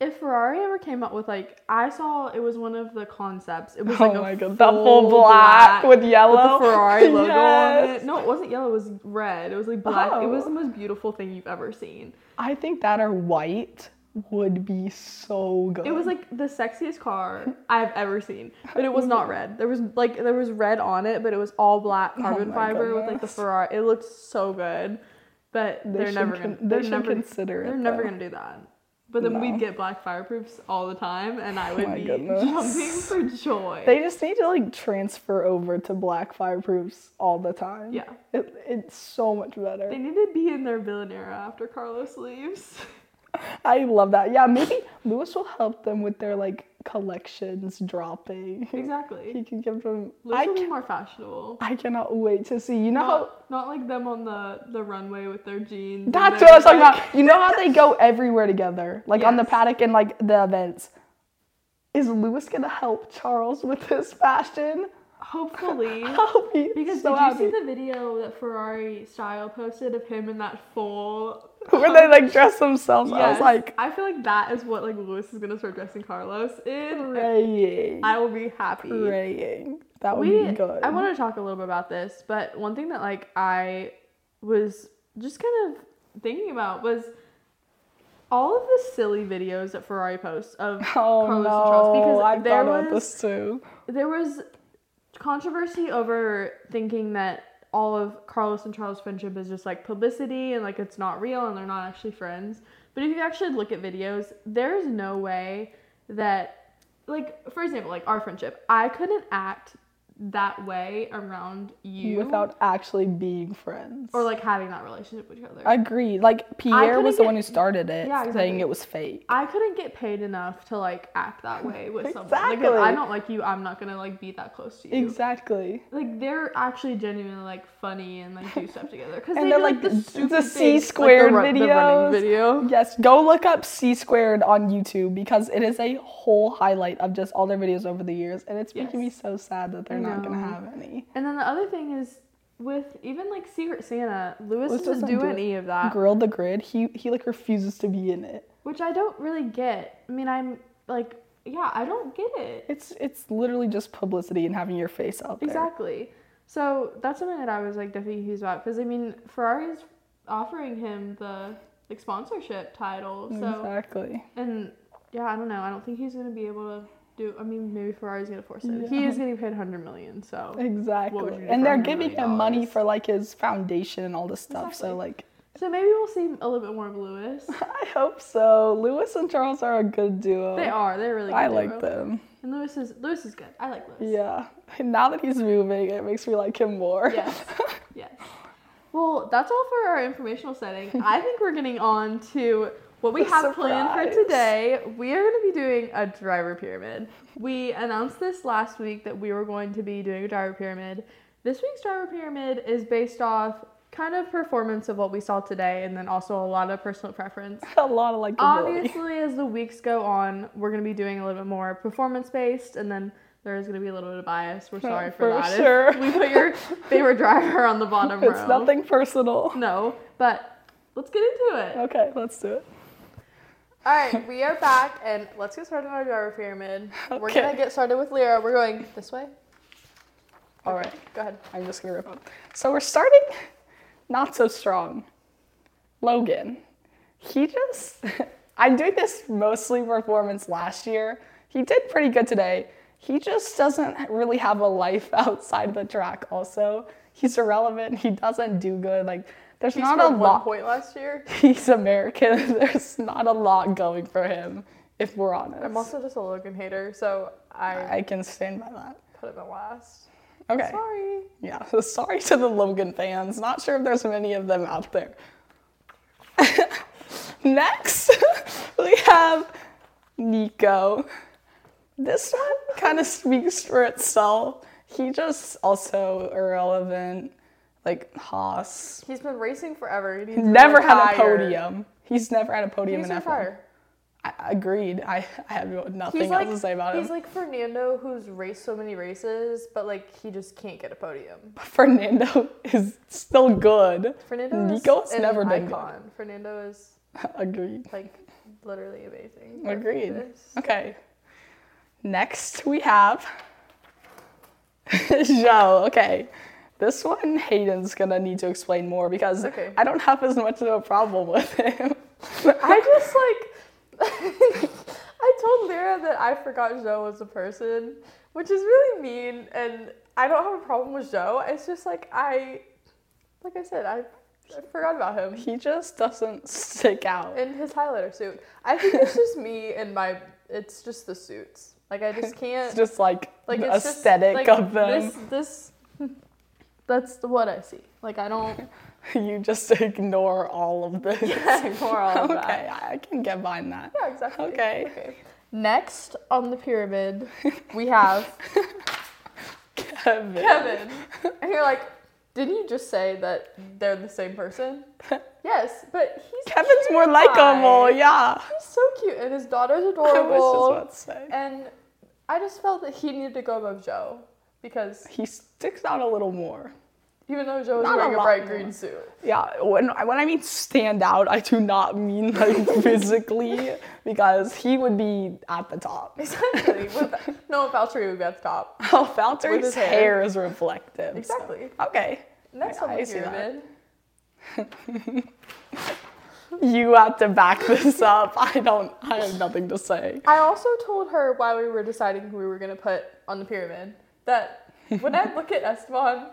[SPEAKER 2] If Ferrari ever came up with like, I saw it was one of the concepts. It was
[SPEAKER 3] Oh
[SPEAKER 2] like a
[SPEAKER 3] my god, that full black, with
[SPEAKER 2] with
[SPEAKER 3] yellow
[SPEAKER 2] the Ferrari logo on
[SPEAKER 3] Yes.
[SPEAKER 2] it. No, it wasn't yellow. It was red. It was like black. It was
[SPEAKER 3] Oh.
[SPEAKER 2] the most beautiful thing you've ever seen.
[SPEAKER 3] I think that or white would be so good.
[SPEAKER 2] It was like the sexiest car I've ever seen, but it was not red. There was like there was red on it, but it was all black carbon
[SPEAKER 3] Oh my
[SPEAKER 2] fiber with like the
[SPEAKER 3] goodness.
[SPEAKER 2] Ferrari. It looked so good, but
[SPEAKER 3] They
[SPEAKER 2] they are
[SPEAKER 3] should
[SPEAKER 2] never
[SPEAKER 3] con-
[SPEAKER 2] gonna.
[SPEAKER 3] they
[SPEAKER 2] They're
[SPEAKER 3] should
[SPEAKER 2] never
[SPEAKER 3] consider it,
[SPEAKER 2] They're never
[SPEAKER 3] though.
[SPEAKER 2] gonna do that. But then
[SPEAKER 3] No. Oh
[SPEAKER 2] we'd get black fireproofs all the time, and I would
[SPEAKER 3] my
[SPEAKER 2] be
[SPEAKER 3] goodness.
[SPEAKER 2] jumping for joy.
[SPEAKER 3] they just need to like transfer over to black fireproofs all the time.
[SPEAKER 2] Yeah.
[SPEAKER 3] It, it's so much better.
[SPEAKER 2] they need to be in their villain era after Carlos leaves.
[SPEAKER 3] I love that. Yeah, maybe Lewis will help them with their like collections dropping. He
[SPEAKER 2] exactly.
[SPEAKER 3] can give them.
[SPEAKER 2] Looks a
[SPEAKER 3] I, ca-
[SPEAKER 2] little more fashionable.
[SPEAKER 3] I cannot wait to see. You know how
[SPEAKER 2] Not, not like them on the, the runway with their jeans. and
[SPEAKER 3] That's
[SPEAKER 2] their,
[SPEAKER 3] what I was talking
[SPEAKER 2] like-
[SPEAKER 3] about. You know how they go everywhere together, like on the
[SPEAKER 2] Yes.
[SPEAKER 3] paddock and like the events. Is Lewis gonna help Charles with his fashion?
[SPEAKER 2] Hopefully.
[SPEAKER 3] I'll be
[SPEAKER 2] Because
[SPEAKER 3] so
[SPEAKER 2] did you
[SPEAKER 3] happy.
[SPEAKER 2] see the video that Ferrari style posted of him in that full?
[SPEAKER 3] Where they like dress themselves. I was
[SPEAKER 2] Um, Yes.
[SPEAKER 3] like,
[SPEAKER 2] I feel like that is what like Lewis is gonna start dressing Carlos in. and
[SPEAKER 3] praying,
[SPEAKER 2] I will be happy.
[SPEAKER 3] praying. That would
[SPEAKER 2] We,
[SPEAKER 3] be good.
[SPEAKER 2] I want to talk a little bit about this, but one thing that like I was just kind of thinking about was all of the silly videos that Ferrari posts of
[SPEAKER 3] Oh
[SPEAKER 2] Carlos and Charles
[SPEAKER 3] no!
[SPEAKER 2] because
[SPEAKER 3] I
[SPEAKER 2] there
[SPEAKER 3] thought
[SPEAKER 2] was
[SPEAKER 3] about this too.
[SPEAKER 2] there was controversy over thinking that all of Carlos and Charles' friendship is just like publicity and like it's not real and they're not actually friends. But if you actually look at videos, there's no way that, like, for example, like our friendship, I couldn't act that way around you
[SPEAKER 3] Without actually being friends.
[SPEAKER 2] or like having that relationship with each other.
[SPEAKER 3] I agree. Like Pierre
[SPEAKER 2] couldn't
[SPEAKER 3] was the
[SPEAKER 2] get-
[SPEAKER 3] one who started it,
[SPEAKER 2] Yeah,
[SPEAKER 3] saying
[SPEAKER 2] exactly.
[SPEAKER 3] it was fake.
[SPEAKER 2] I couldn't get paid enough to like act that way with someone. Like if I
[SPEAKER 3] Exactly.
[SPEAKER 2] don't like you, I'm not gonna like be that close to you.
[SPEAKER 3] Exactly.
[SPEAKER 2] like they're actually genuinely like funny and like do stuff together because
[SPEAKER 3] And
[SPEAKER 2] they
[SPEAKER 3] they're,
[SPEAKER 2] do,
[SPEAKER 3] like,
[SPEAKER 2] like,
[SPEAKER 3] the-
[SPEAKER 2] the, stupid
[SPEAKER 3] the
[SPEAKER 2] things,
[SPEAKER 3] C-squared
[SPEAKER 2] like, the run- the running
[SPEAKER 3] videos.
[SPEAKER 2] video.
[SPEAKER 3] Yes, go look up C squared on YouTube because it is a whole highlight of just all their videos over the years, and it's making me
[SPEAKER 2] Yes.
[SPEAKER 3] so sad that they're
[SPEAKER 2] I
[SPEAKER 3] not gonna
[SPEAKER 2] know.
[SPEAKER 3] have any.
[SPEAKER 2] And then the other thing is with even like Secret Santa, Lewis
[SPEAKER 3] Lewis
[SPEAKER 2] doesn't
[SPEAKER 3] doesn't
[SPEAKER 2] do
[SPEAKER 3] do
[SPEAKER 2] any of that,
[SPEAKER 3] Grill the Grid, he he like refuses to be in it.
[SPEAKER 2] which I don't really get. I mean, I'm like, yeah, I don't get it
[SPEAKER 3] It's it's literally just publicity and having your face out there.
[SPEAKER 2] exactly. So that's something that I was like definitely confused about because I mean Ferrari's offering him the like sponsorship title, so
[SPEAKER 3] Exactly.
[SPEAKER 2] And yeah, I don't know. I don't think he's gonna be able to do. I mean, maybe Ferrari's gonna force it. He is getting paid hundred million, so
[SPEAKER 3] Exactly.
[SPEAKER 2] would you do for
[SPEAKER 3] And they're
[SPEAKER 2] $100
[SPEAKER 3] giving him
[SPEAKER 2] million?
[SPEAKER 3] money for like his foundation and all this stuff. So
[SPEAKER 2] Exactly.
[SPEAKER 3] like
[SPEAKER 2] so maybe we'll see a little bit more of Lewis.
[SPEAKER 3] I hope so. Lewis and Charles are a good duo.
[SPEAKER 2] They are. They're really. Good
[SPEAKER 3] I like
[SPEAKER 2] duo.
[SPEAKER 3] them.
[SPEAKER 2] And Lewis is Lewis is good. I like Lewis.
[SPEAKER 3] Yeah. Now that he's moving, it makes me like him more.
[SPEAKER 2] Yes. yes. Well, that's all for our informational setting. I think we're getting on to what we
[SPEAKER 3] The
[SPEAKER 2] have planned
[SPEAKER 3] surprise.
[SPEAKER 2] for today. We are going to be doing a driver pyramid. We announced this last week that we were going to be doing a driver pyramid. This week's driver pyramid is based off kind of performance of what we saw today and then also a lot of personal preference.
[SPEAKER 3] a lot of like ability.
[SPEAKER 2] Obviously, as the weeks go on, we're going to be doing a little bit more performance based, and then there is going to be a little bit of bias. We're sorry for,
[SPEAKER 3] for
[SPEAKER 2] that. If
[SPEAKER 3] sure.
[SPEAKER 2] we put your favorite driver on the bottom row.
[SPEAKER 3] It's nothing personal.
[SPEAKER 2] No, but let's get into it.
[SPEAKER 3] Okay, let's do it.
[SPEAKER 2] All right, we are back, and let's get started on our driver pyramid. We're
[SPEAKER 3] Okay.
[SPEAKER 2] going to get started with Lyra. We're going this way.
[SPEAKER 3] All right,
[SPEAKER 2] Go ahead.
[SPEAKER 3] I'm just gonna rip up. So we're starting not so strong. Logan, he just, I'm doing this mostly performance last year. He did pretty good today. He just doesn't really have a life outside the track, also. He's irrelevant. He doesn't do good. Like, there's
[SPEAKER 2] He
[SPEAKER 3] not
[SPEAKER 2] scored
[SPEAKER 3] a
[SPEAKER 2] one
[SPEAKER 3] lot.
[SPEAKER 2] point last year.
[SPEAKER 3] He's American. There's not a lot going for him, if we're honest.
[SPEAKER 2] I'm also just a Logan hater, so I
[SPEAKER 3] I can stand by that.
[SPEAKER 2] put him at last.
[SPEAKER 3] Okay.
[SPEAKER 2] Sorry.
[SPEAKER 3] Yeah. So sorry to the Logan fans. Not sure if there's many of them out there. Next, we have Nico. This one kind of speaks for itself. He just also irrelevant, like Haas.
[SPEAKER 2] He's been racing forever. He needs to
[SPEAKER 3] Never had a
[SPEAKER 2] retire.
[SPEAKER 3] podium. He's never had a podium
[SPEAKER 2] He's
[SPEAKER 3] in F1.
[SPEAKER 2] retired.
[SPEAKER 3] I agreed. I, I have nothing
[SPEAKER 2] He's
[SPEAKER 3] else
[SPEAKER 2] like,
[SPEAKER 3] to say about
[SPEAKER 2] he's
[SPEAKER 3] him.
[SPEAKER 2] like Fernando, who's raced so many races, but like he just can't get a podium.
[SPEAKER 3] Fernando is still good.
[SPEAKER 2] Fernando is
[SPEAKER 3] Nico's
[SPEAKER 2] an
[SPEAKER 3] never been good.
[SPEAKER 2] icon. Fernando is
[SPEAKER 3] agreed.
[SPEAKER 2] like literally amazing.
[SPEAKER 3] Agreed.
[SPEAKER 2] Yes.
[SPEAKER 3] Okay. Next we have Joe. Okay. This one Hayden's gonna need to explain more because
[SPEAKER 2] Okay.
[SPEAKER 3] I don't have as much of a problem with him.
[SPEAKER 2] I just like I told Lyra that I forgot Joe was a person, which is really mean and I don't have a problem with Joe. It's just like I like I said, I, I forgot about him.
[SPEAKER 3] he just doesn't stick out.
[SPEAKER 2] And his highlighter suit. I think it's just me and my it's just the suits. Like I just
[SPEAKER 3] It's
[SPEAKER 2] can't
[SPEAKER 3] just like,
[SPEAKER 2] like
[SPEAKER 3] the
[SPEAKER 2] it's just,
[SPEAKER 3] aesthetic
[SPEAKER 2] like,
[SPEAKER 3] of them.
[SPEAKER 2] This this that's the- what I see. Like I don't
[SPEAKER 3] You just ignore all of this.
[SPEAKER 2] yeah, ignore all of
[SPEAKER 3] okay,
[SPEAKER 2] that.
[SPEAKER 3] I I can get behind that.
[SPEAKER 2] Yeah, exactly.
[SPEAKER 3] Okay.
[SPEAKER 2] okay. Next on the pyramid, we have
[SPEAKER 3] Kevin.
[SPEAKER 2] Kevin. And you're like, didn't you just say that they're the same person? yes, but he's
[SPEAKER 3] Kevin's
[SPEAKER 2] cute
[SPEAKER 3] more
[SPEAKER 2] guy.
[SPEAKER 3] likable, yeah.
[SPEAKER 2] He's so cute, and his daughter's
[SPEAKER 3] I was
[SPEAKER 2] adorable.
[SPEAKER 3] just about to say.
[SPEAKER 2] And I just felt that he needed to go above Joe because
[SPEAKER 3] He sticks out a little more.
[SPEAKER 2] even though Joe was
[SPEAKER 3] Not a
[SPEAKER 2] wearing a
[SPEAKER 3] lot
[SPEAKER 2] bright
[SPEAKER 3] more.
[SPEAKER 2] green suit,
[SPEAKER 3] Yeah, when, when I mean stand out, I do not mean like physically because he would be at the top.
[SPEAKER 2] exactly. With no Valtteri would be at the top.
[SPEAKER 3] How Valtteri's
[SPEAKER 2] With his
[SPEAKER 3] hair.
[SPEAKER 2] hair.
[SPEAKER 3] is reflective. so-
[SPEAKER 2] Exactly.
[SPEAKER 3] Okay.
[SPEAKER 2] Next
[SPEAKER 3] I-
[SPEAKER 2] on
[SPEAKER 3] I
[SPEAKER 2] the
[SPEAKER 3] see that.
[SPEAKER 2] pyramid,
[SPEAKER 3] You have to back this up. I don't, I have nothing to say.
[SPEAKER 2] I also told her while we were deciding who we were gonna put on the pyramid that when I look at Esteban,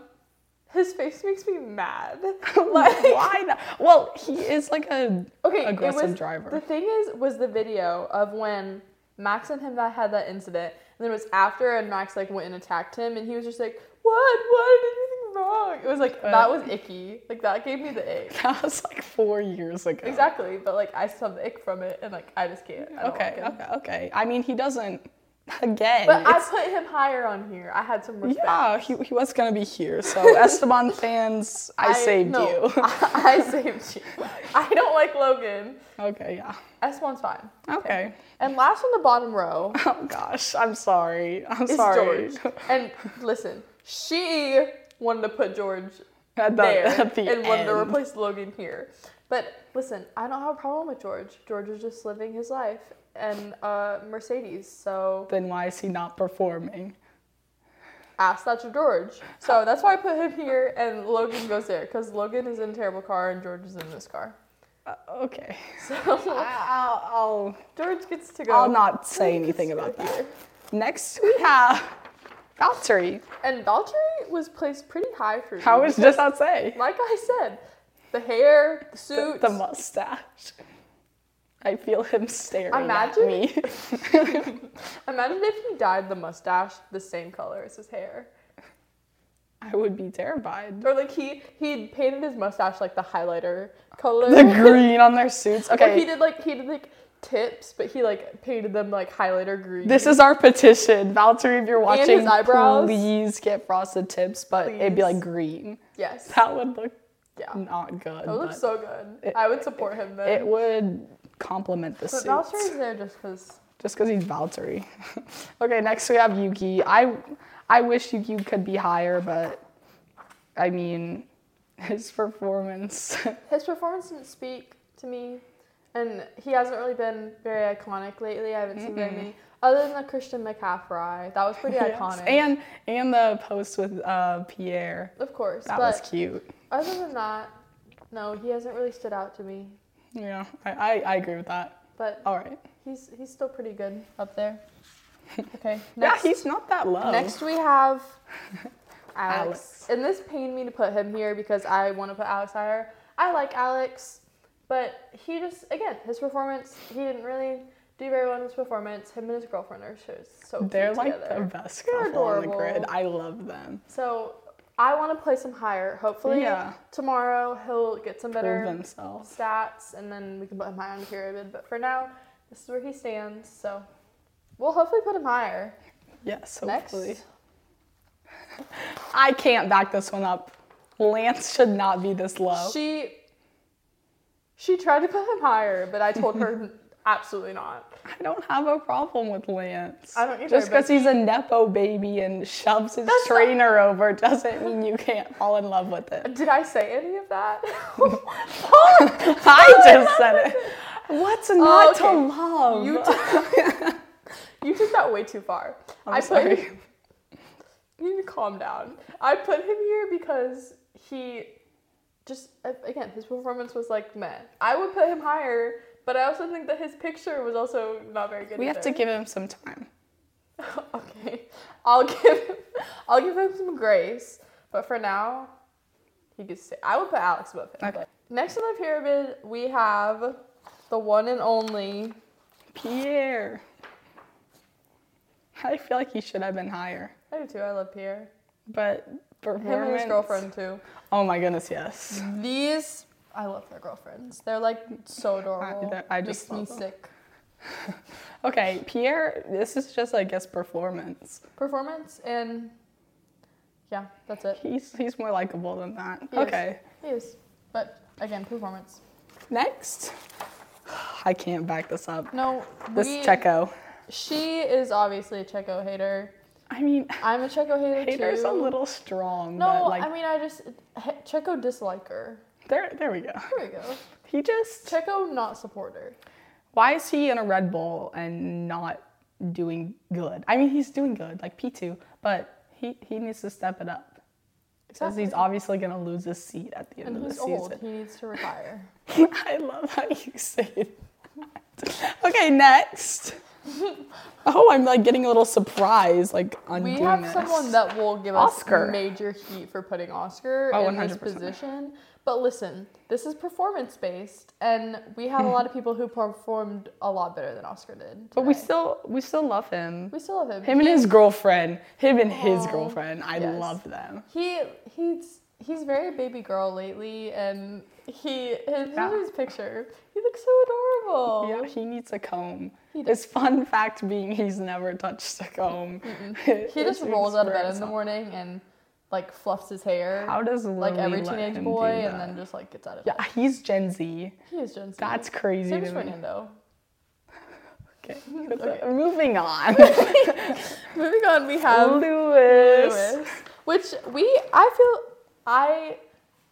[SPEAKER 2] his face makes me mad. Like
[SPEAKER 3] Why not? Well, he is like a
[SPEAKER 2] okay,
[SPEAKER 3] aggressive
[SPEAKER 2] it was,
[SPEAKER 3] driver.
[SPEAKER 2] The thing is, was the video of when Max and him that had that incident, and then it was after, and Max like went and attacked him, and he was just like, "What? What? Did anything wrong?" It was like
[SPEAKER 3] Uh.
[SPEAKER 2] that was icky. Like that gave me the ick.
[SPEAKER 3] That was like four years ago.
[SPEAKER 2] Exactly, but like I still have the ick from it, and like I just can't. I don't
[SPEAKER 3] Okay,
[SPEAKER 2] like him.
[SPEAKER 3] okay, okay. I mean, he doesn't. Again.
[SPEAKER 2] But I
[SPEAKER 3] it's-
[SPEAKER 2] put him higher on here. I had some respect.
[SPEAKER 3] yeah, he, he was gonna be here. So, Esteban fans, I, saved
[SPEAKER 2] no,
[SPEAKER 3] you.
[SPEAKER 2] I, I saved you. I don't like Logan.
[SPEAKER 3] okay, yeah.
[SPEAKER 2] Esteban's fine.
[SPEAKER 3] Okay.
[SPEAKER 2] And last on the bottom row
[SPEAKER 3] Oh gosh, I'm sorry. I'm
[SPEAKER 2] is
[SPEAKER 3] sorry.
[SPEAKER 2] George. And listen, she wanted to put George
[SPEAKER 3] At the,
[SPEAKER 2] there
[SPEAKER 3] at the
[SPEAKER 2] and
[SPEAKER 3] end.
[SPEAKER 2] wanted to replace Logan here. But listen, I don't have a problem with George. George is just living his life and uh, Mercedes. So
[SPEAKER 3] then why is he not performing?
[SPEAKER 2] ask that to George. So that's why I put him here and Logan goes there because Logan is in a terrible car and George is in this car.
[SPEAKER 3] Uh, okay.
[SPEAKER 2] So
[SPEAKER 3] I, I'll,
[SPEAKER 2] George gets to go.
[SPEAKER 3] I'll, I'll not say anything about that.
[SPEAKER 2] Here.
[SPEAKER 3] Next, we have Valtteri.
[SPEAKER 2] And Valtteri was placed pretty high for me.
[SPEAKER 3] I was just about to say
[SPEAKER 2] Like I said, the hair, the
[SPEAKER 3] the,
[SPEAKER 2] suits.
[SPEAKER 3] the mustache. I feel him staring
[SPEAKER 2] Imagine-
[SPEAKER 3] at me.
[SPEAKER 2] Imagine if he dyed the mustache the same color as his hair.
[SPEAKER 3] I would be terrified.
[SPEAKER 2] Or like he he painted his mustache like the highlighter color.
[SPEAKER 3] The green on their suits.
[SPEAKER 2] Or he
[SPEAKER 3] Okay,
[SPEAKER 2] did like he did like tips, but he like painted them like highlighter green.
[SPEAKER 3] this is our petition, Valtteri. If you're
[SPEAKER 2] And his
[SPEAKER 3] watching,
[SPEAKER 2] eyebrows.
[SPEAKER 3] please get frosted tips, but it'd
[SPEAKER 2] Please.
[SPEAKER 3] be like green.
[SPEAKER 2] yes.
[SPEAKER 3] That would look
[SPEAKER 2] Yeah.
[SPEAKER 3] not good.
[SPEAKER 2] That looks
[SPEAKER 3] but
[SPEAKER 2] so good.
[SPEAKER 3] it-
[SPEAKER 2] I would support him then.
[SPEAKER 3] it would complement the
[SPEAKER 2] but
[SPEAKER 3] suits.
[SPEAKER 2] Valtteri's there just because
[SPEAKER 3] Just because he's Valtteri. okay, next we have Yuki. I I wish Yuki could be higher, but I mean his performance.
[SPEAKER 2] His performance didn't speak to me, and he hasn't really been very iconic lately. I haven't seen very many, other than the Christian McCaffrey. That was pretty
[SPEAKER 3] Yes.
[SPEAKER 2] iconic.
[SPEAKER 3] And and the post with uh, Pierre.
[SPEAKER 2] of course,
[SPEAKER 3] That
[SPEAKER 2] but
[SPEAKER 3] was cute.
[SPEAKER 2] other than that, no, he hasn't really stood out to me.
[SPEAKER 3] Yeah, I, I, I agree with that.
[SPEAKER 2] But
[SPEAKER 3] All right.
[SPEAKER 2] he's he's still pretty good up there. Okay,
[SPEAKER 3] Yeah,
[SPEAKER 2] next.
[SPEAKER 3] he's not that low.
[SPEAKER 2] Next we have Alex.
[SPEAKER 3] Oh. Alex.
[SPEAKER 2] And this pained me to put him here because I want to put Alex higher. I like Alex, but he just again his performance. He didn't really do very well in his performance. Him and his girlfriend are so so cute
[SPEAKER 3] They're like
[SPEAKER 2] together.
[SPEAKER 3] the best
[SPEAKER 2] They're
[SPEAKER 3] couple on the
[SPEAKER 2] adorable.
[SPEAKER 3] grid. I love them.
[SPEAKER 2] So I want to place him higher. Hopefully
[SPEAKER 3] Yeah.
[SPEAKER 2] tomorrow he'll get some better
[SPEAKER 3] Prove themselves.
[SPEAKER 2] stats, and then we can put him high on the pyramid. But for now, this is where he stands. So we'll hopefully put him higher.
[SPEAKER 3] Yes,
[SPEAKER 2] Next.
[SPEAKER 3] hopefully. I can't back this one up. Lance should not be this low.
[SPEAKER 2] She she tried to put him higher, but I told her Absolutely not.
[SPEAKER 3] I don't have a problem with Lance.
[SPEAKER 2] I don't either,
[SPEAKER 3] Just because
[SPEAKER 2] but-
[SPEAKER 3] he's a nepo baby and shoves his
[SPEAKER 2] That's not-
[SPEAKER 3] trainer over doesn't mean you can't fall in love with it.
[SPEAKER 2] Did I say any of that?
[SPEAKER 3] I just said it. What's not
[SPEAKER 2] okay.
[SPEAKER 3] to love?
[SPEAKER 2] You you took that way too far.
[SPEAKER 3] I'm
[SPEAKER 2] I put
[SPEAKER 3] sorry.
[SPEAKER 2] him- you need to calm down. I put him here because he just a- again his performance was like meh. I would put him higher, but I also think that his picture was also not very good.
[SPEAKER 3] we have to
[SPEAKER 2] either.
[SPEAKER 3] give him some time.
[SPEAKER 2] okay, I'll give him, I'll give him some grace, but for now, he gets. Stay. I would put Alex above him.
[SPEAKER 3] Okay.
[SPEAKER 2] but- Next on the pyramid, we have the one and only.
[SPEAKER 3] Pierre. I feel like he should have been higher,
[SPEAKER 2] I do too. I love Pierre.
[SPEAKER 3] but
[SPEAKER 2] Him and
[SPEAKER 3] performance.
[SPEAKER 2] his girlfriend too.
[SPEAKER 3] Oh my goodness, yes.
[SPEAKER 2] These I love their girlfriends. They're like so adorable.
[SPEAKER 3] they're- I
[SPEAKER 2] makes
[SPEAKER 3] just
[SPEAKER 2] me
[SPEAKER 3] love them.
[SPEAKER 2] sick.
[SPEAKER 3] Okay, Pierre. This is just, I guess, performance.
[SPEAKER 2] Performance and yeah, that's it.
[SPEAKER 3] He's he's more likable than that.
[SPEAKER 2] He is.
[SPEAKER 3] okay.
[SPEAKER 2] He is, but again, performance.
[SPEAKER 3] Next. I can't back this up.
[SPEAKER 2] No,
[SPEAKER 3] This
[SPEAKER 2] we,
[SPEAKER 3] Checo.
[SPEAKER 2] She is obviously a Checo hater.
[SPEAKER 3] I mean,
[SPEAKER 2] I'm a Checo hater
[SPEAKER 3] hater's
[SPEAKER 2] too.
[SPEAKER 3] a little strong,
[SPEAKER 2] No,
[SPEAKER 3] but like,
[SPEAKER 2] I mean I just he- Checo disliker.
[SPEAKER 3] there, there we go.
[SPEAKER 2] There we go.
[SPEAKER 3] He just.
[SPEAKER 2] Checo not supporter.
[SPEAKER 3] Why is he in a Red Bull and not doing good? I mean, he's doing good, like P2, but he, he needs to step it up. Because he's obviously going to lose his seat at the end
[SPEAKER 2] and
[SPEAKER 3] of the
[SPEAKER 2] he's old.
[SPEAKER 3] season.
[SPEAKER 2] He needs to retire.
[SPEAKER 3] I love how you say it. okay, next. Oh, I'm like getting a little surprised, like
[SPEAKER 2] we
[SPEAKER 3] undoing
[SPEAKER 2] have
[SPEAKER 3] this.
[SPEAKER 2] someone that will give
[SPEAKER 3] Oscar.
[SPEAKER 2] us major heat for putting Oscar
[SPEAKER 3] Oh,
[SPEAKER 2] in this
[SPEAKER 3] 100%.
[SPEAKER 2] position. But listen, this is performance based, and we have a lot of people who performed a lot better than Oscar did.
[SPEAKER 3] But we
[SPEAKER 2] today.
[SPEAKER 3] still we still love him.
[SPEAKER 2] we still love him.
[SPEAKER 3] Him and his girlfriend. Him and his
[SPEAKER 2] Aw,
[SPEAKER 3] girlfriend. I
[SPEAKER 2] yes.
[SPEAKER 3] love them.
[SPEAKER 2] He he's he's very baby girl lately, and he his,
[SPEAKER 3] Yeah.
[SPEAKER 2] his picture. He looks so adorable.
[SPEAKER 3] Ah. Yeah, he needs a comb.
[SPEAKER 2] He
[SPEAKER 3] His fun fact being he's never touched a comb.
[SPEAKER 2] He just
[SPEAKER 3] It's
[SPEAKER 2] rolls out of bed in the
[SPEAKER 3] expressive.
[SPEAKER 2] morning and like fluffs his hair.
[SPEAKER 3] How does
[SPEAKER 2] like
[SPEAKER 3] Lily
[SPEAKER 2] every
[SPEAKER 3] let
[SPEAKER 2] teenage
[SPEAKER 3] him
[SPEAKER 2] boy,
[SPEAKER 3] do
[SPEAKER 2] and
[SPEAKER 3] that?
[SPEAKER 2] then just like gets out of bed.
[SPEAKER 3] yeah, he's Gen Z.
[SPEAKER 2] He is Gen Z.
[SPEAKER 3] That's crazy.
[SPEAKER 2] Same
[SPEAKER 3] to
[SPEAKER 2] as
[SPEAKER 3] me.
[SPEAKER 2] Fernando.
[SPEAKER 3] Okay.
[SPEAKER 2] Okay.
[SPEAKER 3] Moving on.
[SPEAKER 2] Moving on, we
[SPEAKER 3] Oh,
[SPEAKER 2] have
[SPEAKER 3] Lewis.
[SPEAKER 2] Lewis, which we I feel I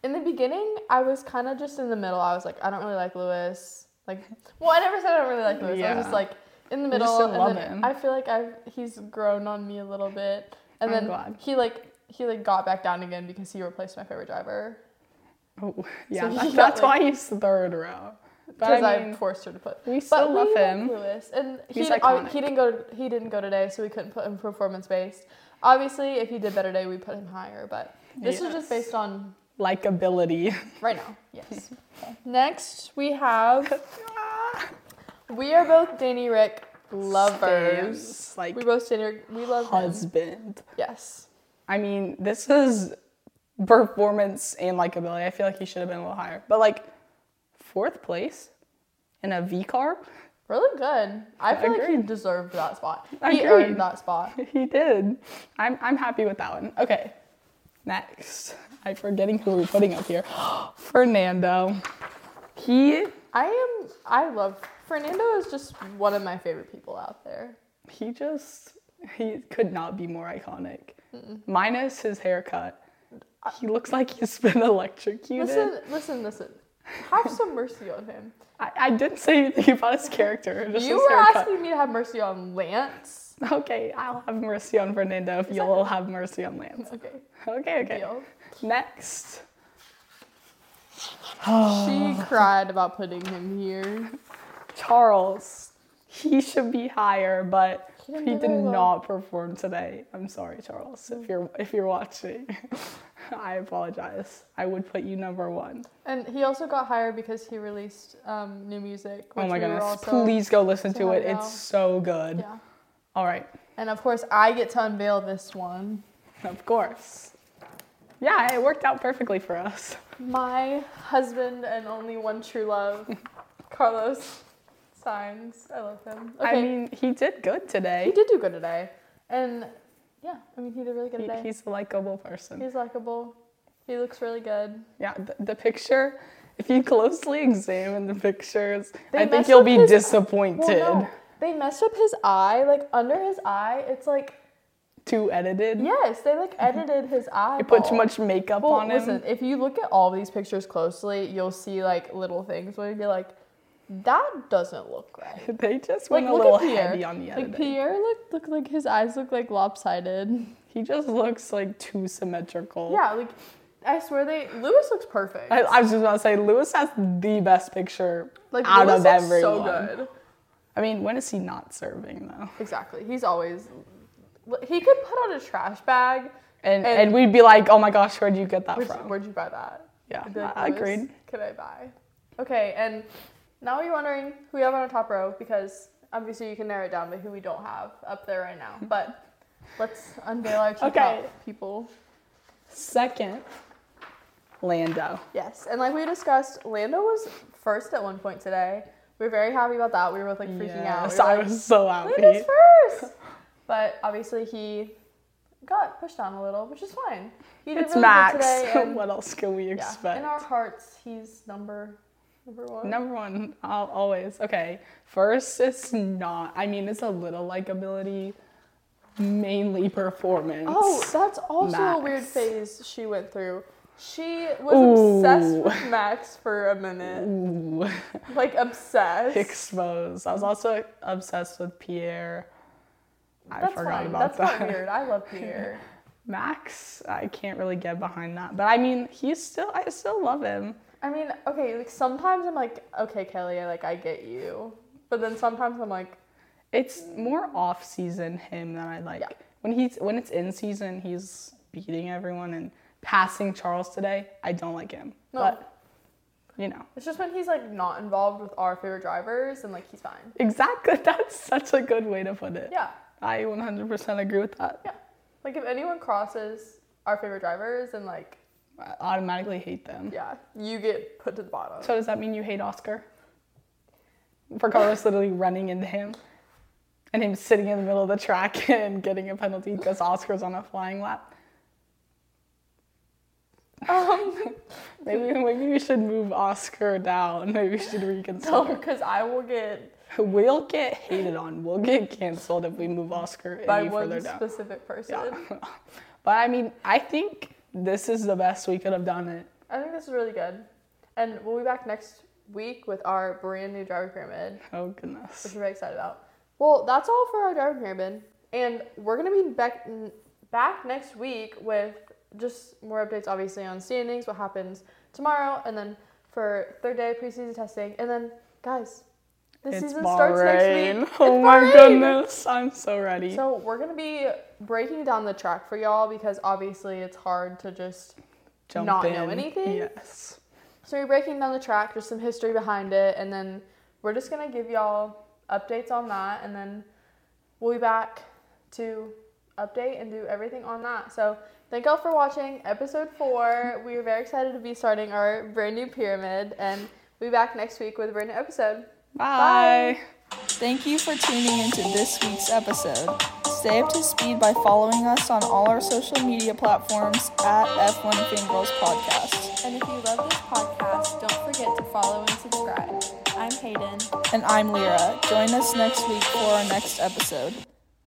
[SPEAKER 2] in the beginning I was kind of just in the middle. I was like, I don't really like Lewis. Like, well, I never said I don't really like Lewis. I was
[SPEAKER 3] Yeah.
[SPEAKER 2] just like in the
[SPEAKER 3] just
[SPEAKER 2] middle,
[SPEAKER 3] didn't
[SPEAKER 2] and
[SPEAKER 3] love
[SPEAKER 2] then
[SPEAKER 3] him.
[SPEAKER 2] I feel like I've he's grown on me a little bit, and
[SPEAKER 3] I'm
[SPEAKER 2] then
[SPEAKER 3] glad.
[SPEAKER 2] he like he like got back down again because he replaced my favorite driver
[SPEAKER 3] Oh, yeah,
[SPEAKER 2] he
[SPEAKER 3] that-
[SPEAKER 2] got,
[SPEAKER 3] that's
[SPEAKER 2] like-
[SPEAKER 3] why he's third row.
[SPEAKER 2] because
[SPEAKER 3] But
[SPEAKER 2] I,
[SPEAKER 3] I mean,
[SPEAKER 2] forced her to put.
[SPEAKER 3] we
[SPEAKER 2] But
[SPEAKER 3] still
[SPEAKER 2] we
[SPEAKER 3] love
[SPEAKER 2] like
[SPEAKER 3] him.
[SPEAKER 2] Lewis, and he,
[SPEAKER 3] He's
[SPEAKER 2] didn't- ob-
[SPEAKER 3] iconic.
[SPEAKER 2] he didn't go. He didn't go today, so we couldn't put him performance based. Obviously, if he did better today, we put him higher. But this is
[SPEAKER 3] Yes.
[SPEAKER 2] just based on
[SPEAKER 3] Likability.
[SPEAKER 2] right now. Yes. Next, we have we are both Danny Rick lovers.
[SPEAKER 3] Stans, Like
[SPEAKER 2] We both Danny Rick. We love him.
[SPEAKER 3] husband.
[SPEAKER 2] Yes.
[SPEAKER 3] I mean, this is performance and likability. I feel like he should have been a little higher. But like fourth place in a V carb?
[SPEAKER 2] Really good. I feel like he
[SPEAKER 3] Agreed.
[SPEAKER 2] deserved that spot. He
[SPEAKER 3] Agreed.
[SPEAKER 2] earned that spot.
[SPEAKER 3] He did. I'm I'm happy with that one. Okay. Next. I'm forgetting who we're putting up here. Fernando. He
[SPEAKER 2] I am. I love Fernando. Is just one of my favorite people out there.
[SPEAKER 3] he just he could not be more iconic. Minus his haircut. He looks like he's been electrocuted.
[SPEAKER 2] Uh, Listen, listen, listen. Have some mercy on him.
[SPEAKER 3] I, I didn't say anything about his character. Just
[SPEAKER 2] You
[SPEAKER 3] his
[SPEAKER 2] were
[SPEAKER 3] haircut.
[SPEAKER 2] asking me to have mercy on Lance.
[SPEAKER 3] Okay, I'll have mercy on Fernando if you'll have mercy on Lance.
[SPEAKER 2] Okay.
[SPEAKER 3] Okay, okay.
[SPEAKER 2] Deal.
[SPEAKER 3] Next.
[SPEAKER 2] She cried about putting him here.
[SPEAKER 3] Charles. He should be higher, but
[SPEAKER 2] He
[SPEAKER 3] he,
[SPEAKER 2] didn't do
[SPEAKER 3] did
[SPEAKER 2] very well. Mm.
[SPEAKER 3] not perform today. I'm sorry, Charles, if you're if you're watching. I apologize. I would put you number one.
[SPEAKER 2] And he also got hired because he released um, new music.
[SPEAKER 3] Oh
[SPEAKER 2] which
[SPEAKER 3] my
[SPEAKER 2] we were
[SPEAKER 3] goodness.
[SPEAKER 2] also-
[SPEAKER 3] Please go listen
[SPEAKER 2] so
[SPEAKER 3] to
[SPEAKER 2] high
[SPEAKER 3] it.
[SPEAKER 2] now.
[SPEAKER 3] It's so good.
[SPEAKER 2] Yeah.
[SPEAKER 3] All right.
[SPEAKER 2] And of course, I get to unveil this one.
[SPEAKER 3] Of course. Yeah, it worked out perfectly for us.
[SPEAKER 2] My husband and only one true love, Carlos Signs. I love him. Okay.
[SPEAKER 3] I mean, he did good today.
[SPEAKER 2] he did do good today. And yeah, I mean, he did really good
[SPEAKER 3] He-
[SPEAKER 2] today.
[SPEAKER 3] he's a likable person.
[SPEAKER 2] He's likable. He looks really good.
[SPEAKER 3] Yeah, the, the picture If you closely examine the pictures,
[SPEAKER 2] They
[SPEAKER 3] I think
[SPEAKER 2] messed
[SPEAKER 3] you'll
[SPEAKER 2] up
[SPEAKER 3] be
[SPEAKER 2] his-
[SPEAKER 3] disappointed.
[SPEAKER 2] Well, no, they messed up his eye. Like under his eye, it's like
[SPEAKER 3] Too edited.
[SPEAKER 2] yes, they like edited his eye.
[SPEAKER 3] You Mm-hmm. put too much makeup
[SPEAKER 2] Well,
[SPEAKER 3] on him.
[SPEAKER 2] listen, if you look at all these pictures closely, you'll see like little things where you're like, that doesn't look right.
[SPEAKER 3] They
[SPEAKER 2] Like
[SPEAKER 3] just went a
[SPEAKER 2] look
[SPEAKER 3] little
[SPEAKER 2] at Pierre.
[SPEAKER 3] heavy on the editing.
[SPEAKER 2] like Pierre looked look like his eyes look like lopsided.
[SPEAKER 3] he just looks like too symmetrical.
[SPEAKER 2] Yeah, like I swear they Lewis looks perfect.
[SPEAKER 3] I, I was just about to say Lewis has the best picture
[SPEAKER 2] like
[SPEAKER 3] out
[SPEAKER 2] Lewis
[SPEAKER 3] of
[SPEAKER 2] looks
[SPEAKER 3] everyone.
[SPEAKER 2] so good.
[SPEAKER 3] I mean, when is he not serving though?
[SPEAKER 2] Exactly. He's always he could put on a trash bag.
[SPEAKER 3] And,
[SPEAKER 2] And-
[SPEAKER 3] and we'd be like, oh my gosh, where'd you get that
[SPEAKER 2] Where'd you,
[SPEAKER 3] from?
[SPEAKER 2] where'd you buy that?
[SPEAKER 3] Yeah,
[SPEAKER 2] I'd be like,
[SPEAKER 3] I
[SPEAKER 2] "Lewis,
[SPEAKER 3] agreed.
[SPEAKER 2] Could I buy? Okay, and now you're wondering who we have on our top row because obviously you can narrow it down by who we don't have up there right now. But let's unveil our two
[SPEAKER 3] Okay.
[SPEAKER 2] top people.
[SPEAKER 3] Second, Lando.
[SPEAKER 2] Yes, and like we discussed, Lando was first at one point today. We were very happy about that. We were both like freaking out.
[SPEAKER 3] Yes,
[SPEAKER 2] We were
[SPEAKER 3] I
[SPEAKER 2] like,
[SPEAKER 3] was so happy.
[SPEAKER 2] Lando's first. But obviously he got pushed on a little, which is fine. He did
[SPEAKER 3] It's
[SPEAKER 2] really
[SPEAKER 3] Max.
[SPEAKER 2] good today. And,
[SPEAKER 3] what else can we
[SPEAKER 2] yeah,
[SPEAKER 3] expect?
[SPEAKER 2] in our hearts, he's number number one.
[SPEAKER 3] Number one, I'll always. Okay, first, it's not. I mean, it's a little likability, mainly performance.
[SPEAKER 2] Oh, that's also a weird
[SPEAKER 3] Max.
[SPEAKER 2] phase she went through. She was obsessed
[SPEAKER 3] Ooh.
[SPEAKER 2] with Max for a minute.
[SPEAKER 3] Ooh,
[SPEAKER 2] Like obsessed.
[SPEAKER 3] exposed. I was also obsessed with Pierre. I
[SPEAKER 2] that's
[SPEAKER 3] forgot
[SPEAKER 2] fine.
[SPEAKER 3] about
[SPEAKER 2] that's
[SPEAKER 3] that.
[SPEAKER 2] not weird. I love Pierre.
[SPEAKER 3] Max, I can't really get behind that, but I mean, he's still. I still love him.
[SPEAKER 2] I mean, okay, like sometimes I'm like, okay, Kelly, I like I get you. But then sometimes I'm like,
[SPEAKER 3] It's more off season him than I like.
[SPEAKER 2] Yeah.
[SPEAKER 3] When he's when it's in season, he's beating everyone and passing Charles today. I don't like him.
[SPEAKER 2] No.
[SPEAKER 3] But you know.
[SPEAKER 2] it's just when he's like not involved with our favorite drivers and like he's fine.
[SPEAKER 3] Exactly. That's such a good way to put it.
[SPEAKER 2] Yeah.
[SPEAKER 3] I 100% agree with that.
[SPEAKER 2] Yeah. Like if anyone crosses our favorite drivers and like
[SPEAKER 3] I automatically hate them.
[SPEAKER 2] yeah, you get put to the bottom.
[SPEAKER 3] So does that mean you hate Oscar? For Carlos literally running into him and him sitting in the middle of the track and getting a penalty because Oscar's on a flying lap.
[SPEAKER 2] um
[SPEAKER 3] Maybe maybe we should move Oscar down. Maybe we should reconsider.
[SPEAKER 2] because I will get
[SPEAKER 3] We'll get hated on. We'll get canceled if we move Oscar
[SPEAKER 2] by
[SPEAKER 3] any
[SPEAKER 2] one
[SPEAKER 3] further down.
[SPEAKER 2] specific person.
[SPEAKER 3] Yeah. but I mean, I think this is the best we could have done it.
[SPEAKER 2] I think this is really good. And we'll be back next week with our brand new driver pyramid,
[SPEAKER 3] Oh goodness.
[SPEAKER 2] which we're very excited about. Well, that's all for our driver pyramid. And we're going to be back, n- back next week with just more updates, obviously, on standings, what happens tomorrow, and then for third day of preseason testing. And then, guys, this
[SPEAKER 3] it's
[SPEAKER 2] season starts
[SPEAKER 3] Bahrain.
[SPEAKER 2] next week.
[SPEAKER 3] Oh
[SPEAKER 2] It's
[SPEAKER 3] my
[SPEAKER 2] Bahrain!
[SPEAKER 3] goodness, I'm so ready.
[SPEAKER 2] So we're gonna be breaking down the track for y'all because obviously it's hard to just not know anything?
[SPEAKER 3] Yes.
[SPEAKER 2] so we're breaking down the track, just some history behind it, and then we're just gonna give y'all updates on that, and then we'll be back to update and do everything on that. So thank y'all for watching episode four. We are very excited to be starting our brand new pyramid, and we'll be back next week with a brand new episode.
[SPEAKER 3] Bye.
[SPEAKER 4] Thank you for tuning into this week's episode. Stay up to speed by following us on all our social media platforms at F1 Fangirls Podcast.
[SPEAKER 1] And if you love this podcast, don't forget to follow and subscribe. I'm Hayden.
[SPEAKER 4] And I'm Lyra. Join us next week for our next episode.